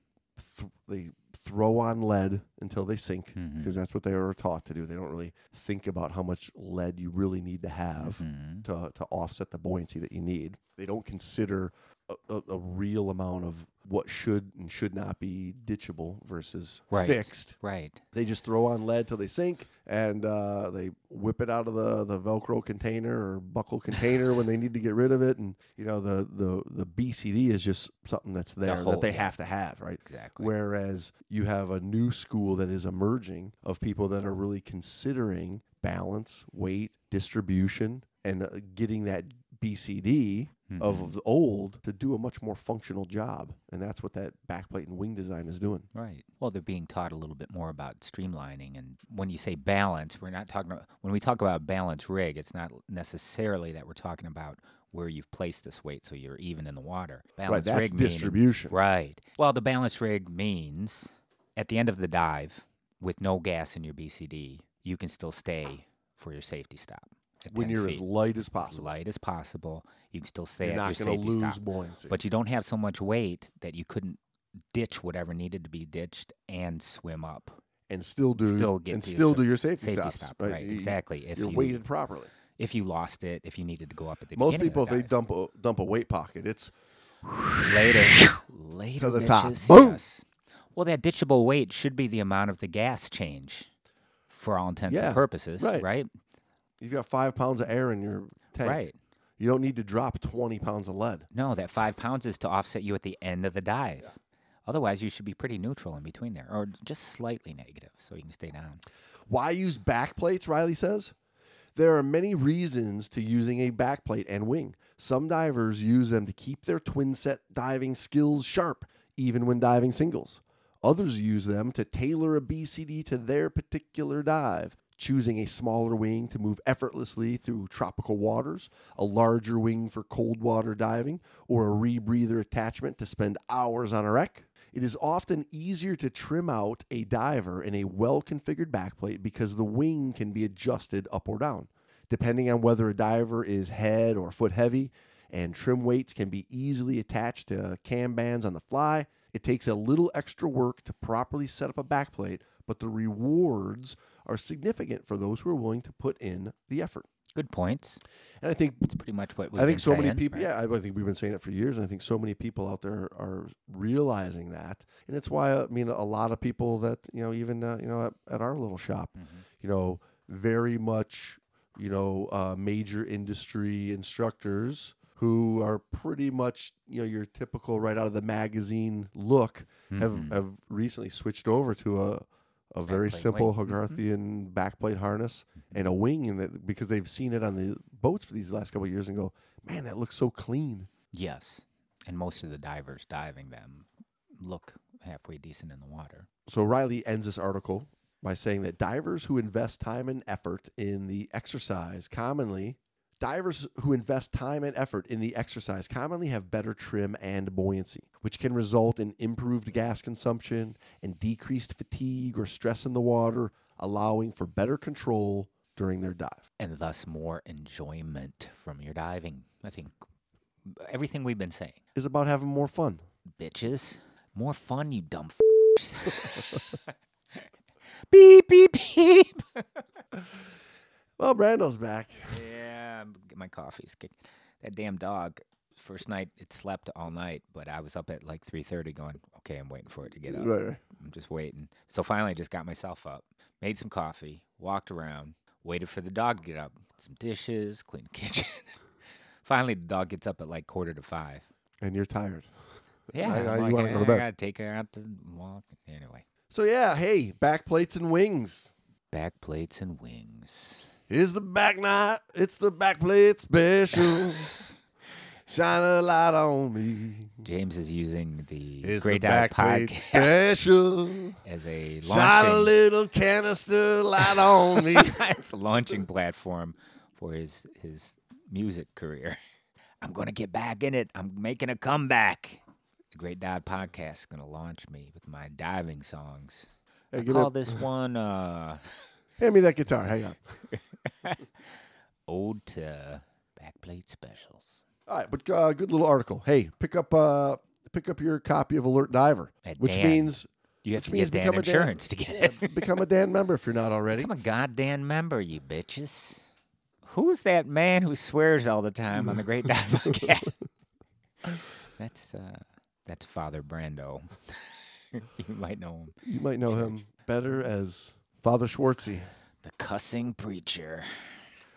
[SPEAKER 1] th- they throw on lead until they sink because that's what they were taught to do. They don't really think about how much lead you really need to have to, to offset the buoyancy that you need. They don't consider a, a, a real amount of what should and should not be ditchable versus
[SPEAKER 2] Right.
[SPEAKER 1] fixed.
[SPEAKER 2] Right.
[SPEAKER 1] They just throw on lead till they sink, and uh, they whip it out of the, the Velcro container or buckle container when they need to get rid of it. And you know the the, the BCD is just something that's there that
[SPEAKER 2] whole-
[SPEAKER 1] they
[SPEAKER 2] yeah.
[SPEAKER 1] have to have, right?
[SPEAKER 2] Exactly.
[SPEAKER 1] Whereas you have a new school that is emerging of people that
[SPEAKER 2] Uh-huh.
[SPEAKER 1] are really considering balance, weight, distribution, and uh, getting that BCD
[SPEAKER 2] Mm-hmm.
[SPEAKER 1] of the old to do a much more functional job. And that's what that backplate and wing design is doing.
[SPEAKER 2] Right. Well, they're being taught a little bit more about streamlining. And when you say balance, we're not talking about, when we talk about balance rig, it's not necessarily that we're talking about where you've placed this weight so you're even in the water. Balance
[SPEAKER 1] right, that's
[SPEAKER 2] rig meaning-
[SPEAKER 1] distribution.
[SPEAKER 2] Right. Well, the balance rig means at the end of the dive, with no gas in your BCD, you can still stay for your safety stop. at
[SPEAKER 1] When
[SPEAKER 2] 10
[SPEAKER 1] you're
[SPEAKER 2] feet.
[SPEAKER 1] as light as
[SPEAKER 2] As
[SPEAKER 1] possible,
[SPEAKER 2] light as possible, you can still stay
[SPEAKER 1] you're
[SPEAKER 2] at
[SPEAKER 1] not
[SPEAKER 2] your
[SPEAKER 1] going
[SPEAKER 2] safety
[SPEAKER 1] to lose
[SPEAKER 2] stop
[SPEAKER 1] buoyancy.
[SPEAKER 2] but you don't have so much weight that you couldn't ditch whatever needed to be ditched and swim up.
[SPEAKER 1] and still do
[SPEAKER 2] still get
[SPEAKER 1] and
[SPEAKER 2] to your
[SPEAKER 1] still
[SPEAKER 2] sa-
[SPEAKER 1] do your safety,
[SPEAKER 2] safety
[SPEAKER 1] stops.
[SPEAKER 2] stop, right,
[SPEAKER 1] You-
[SPEAKER 2] exactly. If
[SPEAKER 1] you're
[SPEAKER 2] you-
[SPEAKER 1] weighted properly.
[SPEAKER 2] If you lost it, if you needed to go up at the
[SPEAKER 1] Most
[SPEAKER 2] beginning
[SPEAKER 1] people,
[SPEAKER 2] of
[SPEAKER 1] if
[SPEAKER 2] the
[SPEAKER 1] they
[SPEAKER 2] dive.
[SPEAKER 1] dump a dump a weight pocket, it's
[SPEAKER 2] later, later
[SPEAKER 1] the top.
[SPEAKER 2] bitches,
[SPEAKER 1] Boom!
[SPEAKER 2] yes. Well, that ditchable weight should be the amount of the gas change, for all intents
[SPEAKER 1] Yeah,
[SPEAKER 2] and purposes,
[SPEAKER 1] right.
[SPEAKER 2] right?
[SPEAKER 1] you've got five pounds of air in your tank.
[SPEAKER 2] Right.
[SPEAKER 1] You don't need to drop 20 pounds of lead.
[SPEAKER 2] No, that five pounds is to offset you at the end of the dive. Otherwise, you should be pretty neutral in between there, or just slightly negative, so you can stay down.
[SPEAKER 1] Why use back plates, Riley says? There are many reasons to using a backplate and wing. Some divers use them to keep their twin set diving skills sharp, even when diving singles. Others use them to tailor a BCD to their particular dive, choosing a smaller wing to move effortlessly through tropical waters, a larger wing for cold water diving, or a rebreather attachment to spend hours on a wreck. It is often easier to trim out a diver in a well configured backplate because the wing can be adjusted up or down. Depending on whether a diver is head or foot heavy, and trim weights can be easily attached to cam bands on the fly. It takes a little extra work to properly set up a backplate, but the rewards are significant for those who are willing to put in the effort.
[SPEAKER 2] Good points.
[SPEAKER 1] And I think
[SPEAKER 2] It's pretty much what we've
[SPEAKER 1] I think
[SPEAKER 2] been
[SPEAKER 1] so many
[SPEAKER 2] saying,
[SPEAKER 1] people.
[SPEAKER 2] right?
[SPEAKER 1] Yeah, I I think we've been saying it for years, and I think so many people out there are realizing that, and it's why I mean a lot of people that you know, even uh, you know, at, at our little shop,
[SPEAKER 2] Mm-hmm.
[SPEAKER 1] you know, very much you know, uh, major industry instructors who are pretty much you know your typical right out of the magazine look
[SPEAKER 2] Mm-hmm.
[SPEAKER 1] have have recently switched over to a. A very
[SPEAKER 2] Backplate
[SPEAKER 1] simple
[SPEAKER 2] wing.
[SPEAKER 1] Hogarthian backplate harness and a wing, and that because they've seen it on the boats for these last couple of years, and go, man, that looks so clean.
[SPEAKER 2] Yes. And most of the divers diving them look halfway decent in the water.
[SPEAKER 1] So Riley ends this article by saying that divers who invest time and effort in the exercise commonly divers who invest time and effort in the exercise commonly have better trim and buoyancy, which can result in improved gas consumption and decreased fatigue or stress in the water, allowing for better control during their dive.
[SPEAKER 2] And thus more enjoyment from your diving. I think everything we've been saying.
[SPEAKER 1] Is about having more fun.
[SPEAKER 2] Bitches. More fun, you dumb f***s. beep, beep, beep.
[SPEAKER 1] Well, Brando's back.
[SPEAKER 2] Yeah, I'm- my coffee's kicking. That damn dog. First night, it slept all night, but I was up at like three thirty, going, "Okay, I'm waiting for it to get up.
[SPEAKER 1] Right, right.
[SPEAKER 2] I'm just waiting." So finally, I just got myself up, made some coffee, walked around, waited for the dog to get up, some dishes, clean the kitchen. finally, the dog gets up at like quarter to five.
[SPEAKER 1] And you're tired.
[SPEAKER 2] Yeah,
[SPEAKER 1] I-
[SPEAKER 2] I'm
[SPEAKER 1] I- you
[SPEAKER 2] like,
[SPEAKER 1] wanna go to
[SPEAKER 2] "Eh, I
[SPEAKER 1] bed."
[SPEAKER 2] gotta take her out to walk. Anyway,
[SPEAKER 1] So yeah, hey, back plates and wings
[SPEAKER 2] back plates and wings.
[SPEAKER 1] is the back night. It's the back plate special. Shine a light on me.
[SPEAKER 2] James is using the
[SPEAKER 1] It's
[SPEAKER 2] Great
[SPEAKER 1] the
[SPEAKER 2] Dog
[SPEAKER 1] back plate
[SPEAKER 2] podcast
[SPEAKER 1] special.
[SPEAKER 2] as a
[SPEAKER 1] Shine a
[SPEAKER 2] launching-
[SPEAKER 1] little canister light on me.
[SPEAKER 2] it's a launching platform for his his music career. I'm gonna get back in it. I'm making a comeback. The Great Dive Podcast is gonna launch me with my diving songs.
[SPEAKER 1] Hey,
[SPEAKER 2] I
[SPEAKER 1] get
[SPEAKER 2] call
[SPEAKER 1] up.
[SPEAKER 2] this one uh,
[SPEAKER 1] Hand me that guitar. Hang on.
[SPEAKER 2] "Ode to Backplate Specials"
[SPEAKER 1] All right, but uh, good little article. Hey, pick up uh, pick up your copy of Alert Diver,
[SPEAKER 2] At
[SPEAKER 1] which
[SPEAKER 2] Dan.
[SPEAKER 1] means
[SPEAKER 2] You have
[SPEAKER 1] Which
[SPEAKER 2] to
[SPEAKER 1] means
[SPEAKER 2] get Dan
[SPEAKER 1] become a Dan-
[SPEAKER 2] insurance to get it.
[SPEAKER 1] become a Dan member if you're not already.
[SPEAKER 2] I'm a goddamn member, you bitches. Who's that man who swears all the time on the Great Dive Podcast? that's uh, that's Father Brando. you might know him,
[SPEAKER 1] You might know him better as Father Schwartzy.
[SPEAKER 2] the cussing preacher.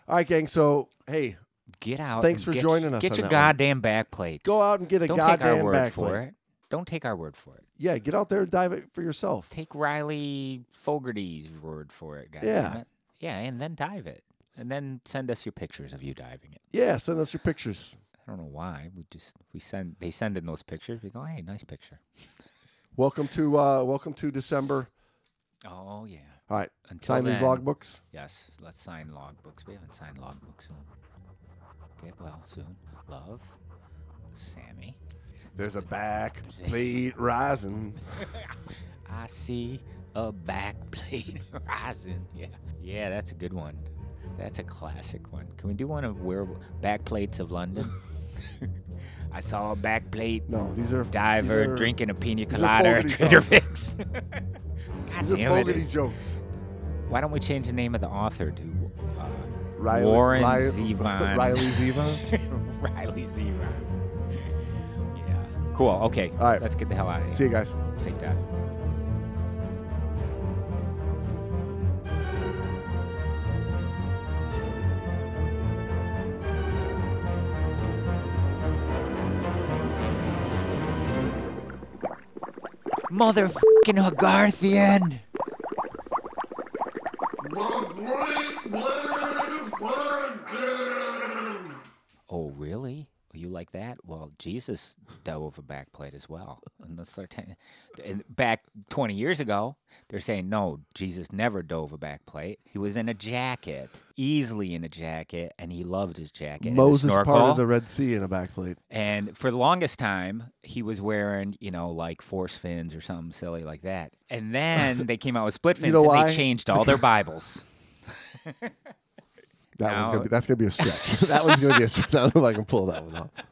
[SPEAKER 1] All right, gang. So hey,
[SPEAKER 2] Get out.
[SPEAKER 1] Thanks
[SPEAKER 2] and
[SPEAKER 1] for
[SPEAKER 2] get
[SPEAKER 1] joining
[SPEAKER 2] your-
[SPEAKER 1] us
[SPEAKER 2] Get
[SPEAKER 1] on
[SPEAKER 2] your
[SPEAKER 1] that one.
[SPEAKER 2] goddamn back plates.
[SPEAKER 1] go out and get a
[SPEAKER 2] Don't
[SPEAKER 1] goddamn
[SPEAKER 2] take our word
[SPEAKER 1] backplate.
[SPEAKER 2] for it. Don't take our word for it.
[SPEAKER 1] Yeah, get out there and dive it for yourself.
[SPEAKER 2] Take Riley Fogarty's word for it. Goddamn
[SPEAKER 1] Yeah.
[SPEAKER 2] It. Yeah, and then dive it, and then send us your pictures of you diving it.
[SPEAKER 1] Yeah, send us your pictures.
[SPEAKER 2] I don't know why. We just we send they send in those pictures. We go, hey, nice picture.
[SPEAKER 1] Welcome to uh, welcome to December.
[SPEAKER 2] Oh yeah.
[SPEAKER 1] All right,
[SPEAKER 2] Until
[SPEAKER 1] sign these
[SPEAKER 2] then-
[SPEAKER 1] logbooks.
[SPEAKER 2] Yes, let's sign logbooks. We haven't signed logbooks in a- get well soon. Love, Sammy.
[SPEAKER 1] There's a back plate rising.
[SPEAKER 2] I see a back plate rising. Yeah, yeah, that's a good one. That's a classic one. Can we do one of where back plates of London? I saw a back plate.
[SPEAKER 1] No, these are
[SPEAKER 2] diver
[SPEAKER 1] these are-
[SPEAKER 2] drinking a pina
[SPEAKER 1] are
[SPEAKER 2] colada at
[SPEAKER 1] Fogarty
[SPEAKER 2] Trader
[SPEAKER 1] songs.
[SPEAKER 2] Vic's. God
[SPEAKER 1] These are
[SPEAKER 2] damn it.
[SPEAKER 1] Fogarty jokes.
[SPEAKER 2] Why don't we change the name of the author to uh,
[SPEAKER 1] Riley,
[SPEAKER 2] Warren
[SPEAKER 1] Ri-
[SPEAKER 2] Zevon?
[SPEAKER 1] Riley Zevon.
[SPEAKER 2] Riley Zevon. Yeah. Cool. Okay.
[SPEAKER 1] All right.
[SPEAKER 2] Let's get the hell out of here.
[SPEAKER 1] See you guys.
[SPEAKER 2] Safe dive. Motherfucking Hogarthian!
[SPEAKER 3] Great
[SPEAKER 2] Oh, Well, you like that? Well, Jesus dove a back plate as well. And let's start ta- and back 20 years ago, they're saying, no, Jesus never dove a back plate. He was in a jacket, easily in a jacket, and he loved his jacket. and his
[SPEAKER 1] Moses
[SPEAKER 2] snorkel.
[SPEAKER 1] parted the Red Sea in a backplate.
[SPEAKER 2] And for the longest time, he was wearing, you know, like force fins or something silly like that. And then they came out with split fins
[SPEAKER 1] know
[SPEAKER 2] and
[SPEAKER 1] why?
[SPEAKER 2] they changed all their Bibles.
[SPEAKER 1] That one's
[SPEAKER 2] Now-
[SPEAKER 1] gonna be that's gonna be a stretch. that one's gonna be a stretch. I don't know if I can pull that one off.